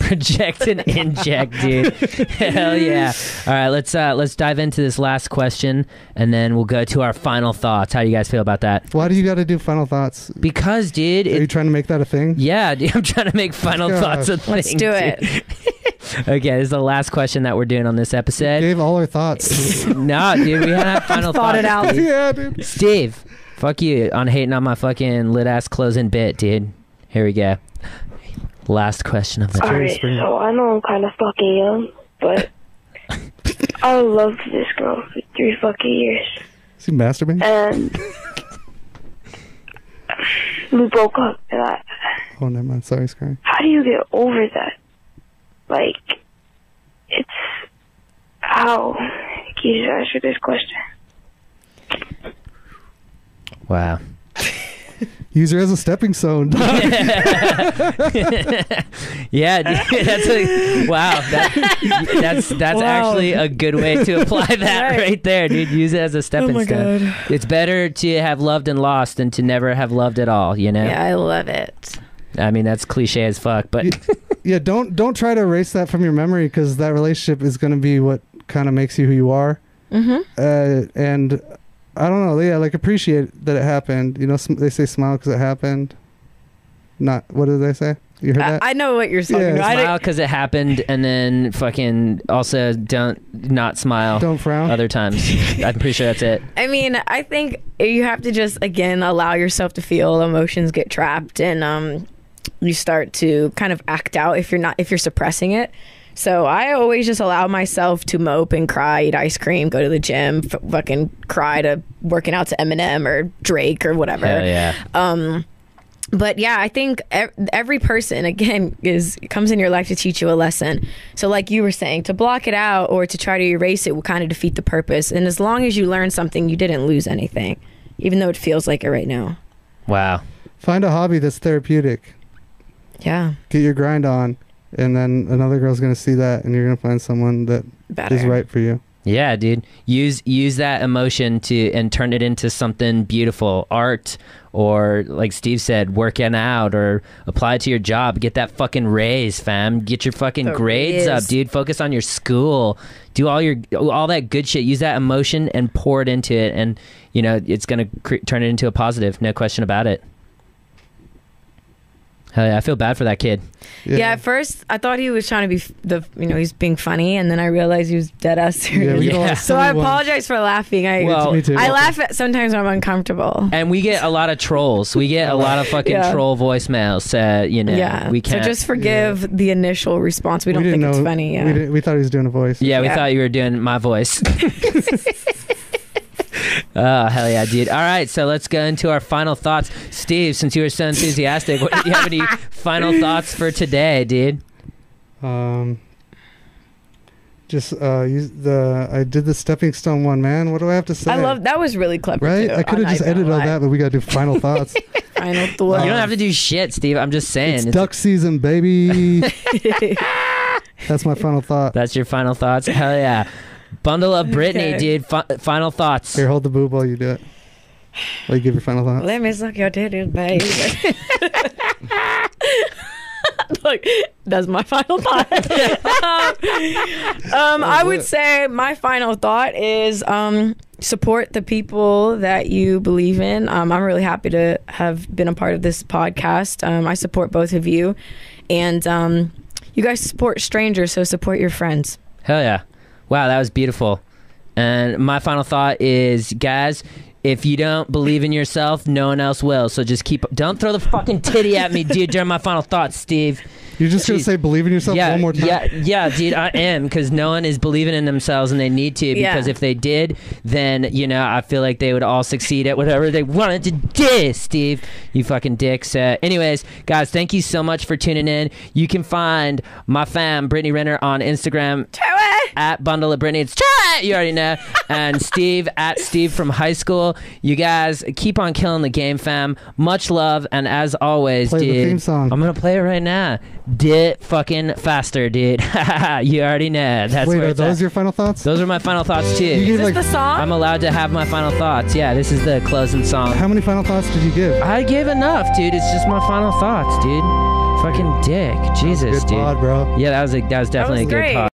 project and inject dude hell yeah all right let's uh let's dive into this last question and then we'll go to our final thoughts how do you guys feel about that Why do you got to do final thoughts? Because, dude, are you trying to make that a thing? yeah dude, i'm trying to make final Gosh. thoughts of Let's things, do dude. okay this is the last question that we're doing on this episode gave all our thoughts no dude we had final Thought thoughts it out. dude. Yeah, dude. steve fuck you on hating on my fucking lit ass closing bit dude here we go last question of the Alright, day so I know I'm kind of fucking young, but I loved this girl for three fucking years. Is he masturbating? And we broke up, and I, oh, never mind. Sorry, Sky. how do you get over that? Like, it's, how? Can you just answer this question? wow Use her as a stepping stone. Yeah, dude, that's a wow. That, that's that's Wow. actually a good way to apply that right, Right. Oh there, dude. Use it as a stepping my stone. God. It's better to have loved and lost than to never have loved at all. You know. yeah i love it I mean, that's cliche as fuck, but yeah, don't don't try to erase that from your memory because that relationship is going to be what kind of makes you who you are. Mm-hmm. Uh, and I don't know. Yeah, like appreciate that it happened. You know, sm- they say smile because it happened. Not what did they say? You heard that? I know what you're talking about. I didn't- smile because it happened, and then fucking also don't not smile. Don't frown. Other times, I'm pretty sure that's it. I mean, I think you have to just again allow yourself to feel emotions get trapped and um you start to kind of act out if you're not if you're suppressing it. So I always just allow myself to mope and cry, eat ice cream, go to the gym, f- fucking cry to working out to Eminem or Drake or whatever. Hell yeah. Um but yeah, I think ev- every person again is comes in your life to teach you a lesson. So like you were saying, to block it out or to try to erase it will kind of defeat the purpose. And as long as you learn something, you didn't lose anything, even though it feels like it right now. Wow. Find a hobby that's therapeutic. Yeah. Get your grind on, and then another girl's going to see that, and you're going to find someone that is Better. right for you. Yeah, dude. Use use that emotion to and turn it into something beautiful, art or like Steve said, working out or apply to your job, get that fucking raise, fam. Get your fucking The grades up, raise. dude. Focus on your school. Do all your all that good shit. Use that emotion and pour it into it and you know, it's going to cre- turn it into a positive, no question about it. Hell yeah, I feel bad for that kid. Yeah. at first I thought he was trying to be f- the you know he's being funny, and then I realized he was dead ass serious. we don't Yeah. have So I someone- apologize for laughing. I Well- Me too. I laugh at sometimes when I'm uncomfortable. And we get a lot of trolls. We get a lot of fucking Yeah. troll voicemails. Uh, you know, yeah, we can't. So just forgive the initial response. We don't think it's funny. Yeah. We, didn't, we thought he was doing a voice. yeah, we Yeah. thought you were doing my voice. oh hell yeah, dude! All right, so let's go into our final thoughts, Steve. Since you were so enthusiastic, what, do you have any final thoughts for today, dude? Um, just uh, use the I did the stepping stone one, man. What do I have to say? I love that was really clever. Right? too. I could have I'm just not gonna edited all lie. that, but we got to do final thoughts. Final you thought. don't have to do shit, Steve. I'm just saying. it's duck season, baby. That's my final thought. That's your final thoughts. Hell yeah, bundle up, Brittany, Okay. dude. Fi- final thoughts. Here, hold the boob while you do it. While you give your final thought. Let me suck your titties, baby. Look, that's my final thought. um, I would say my final thought is um, support the people that you believe in. Um, I'm really happy to have been a part of this podcast. Um, I support both of you, and um, you guys support strangers, so support your friends. Hell yeah. Wow, that was beautiful. And my final thought is, guys, if you don't believe in yourself, no one else will. So just keep. Don't throw the fucking titty at me, dude. During my final thoughts, Steve. You're just going to Jeez. say believe in yourself yeah, one more time? yeah, yeah, dude. I am because no one is believing in themselves, and they need to. Yeah. Because if they did, then you know, I feel like they would all succeed at whatever they wanted to do. Steve, you fucking dicks. Uh, anyways, guys, thank you so much for tuning in. You can find my fam Brittany Renner on Instagram at Bundle of Brittany. It's try it. You already know. And Steve at Steve from high school. You guys keep on killing the game, fam. Much love, and as always, Play the dude, theme song. I'm gonna play it right now. Did fucking faster, dude. you already know. That's Wait, where are it's those at. your final thoughts? Those are my final thoughts too. You gave, Is this like, the song? I'm allowed to have my final thoughts. Yeah, this is the closing song. how many final thoughts did you give? I gave enough, dude. It's just my final thoughts, dude. Fucking dick, Jesus, Good dude. pod, bro. Yeah, that was a, that was definitely was a good great. pod.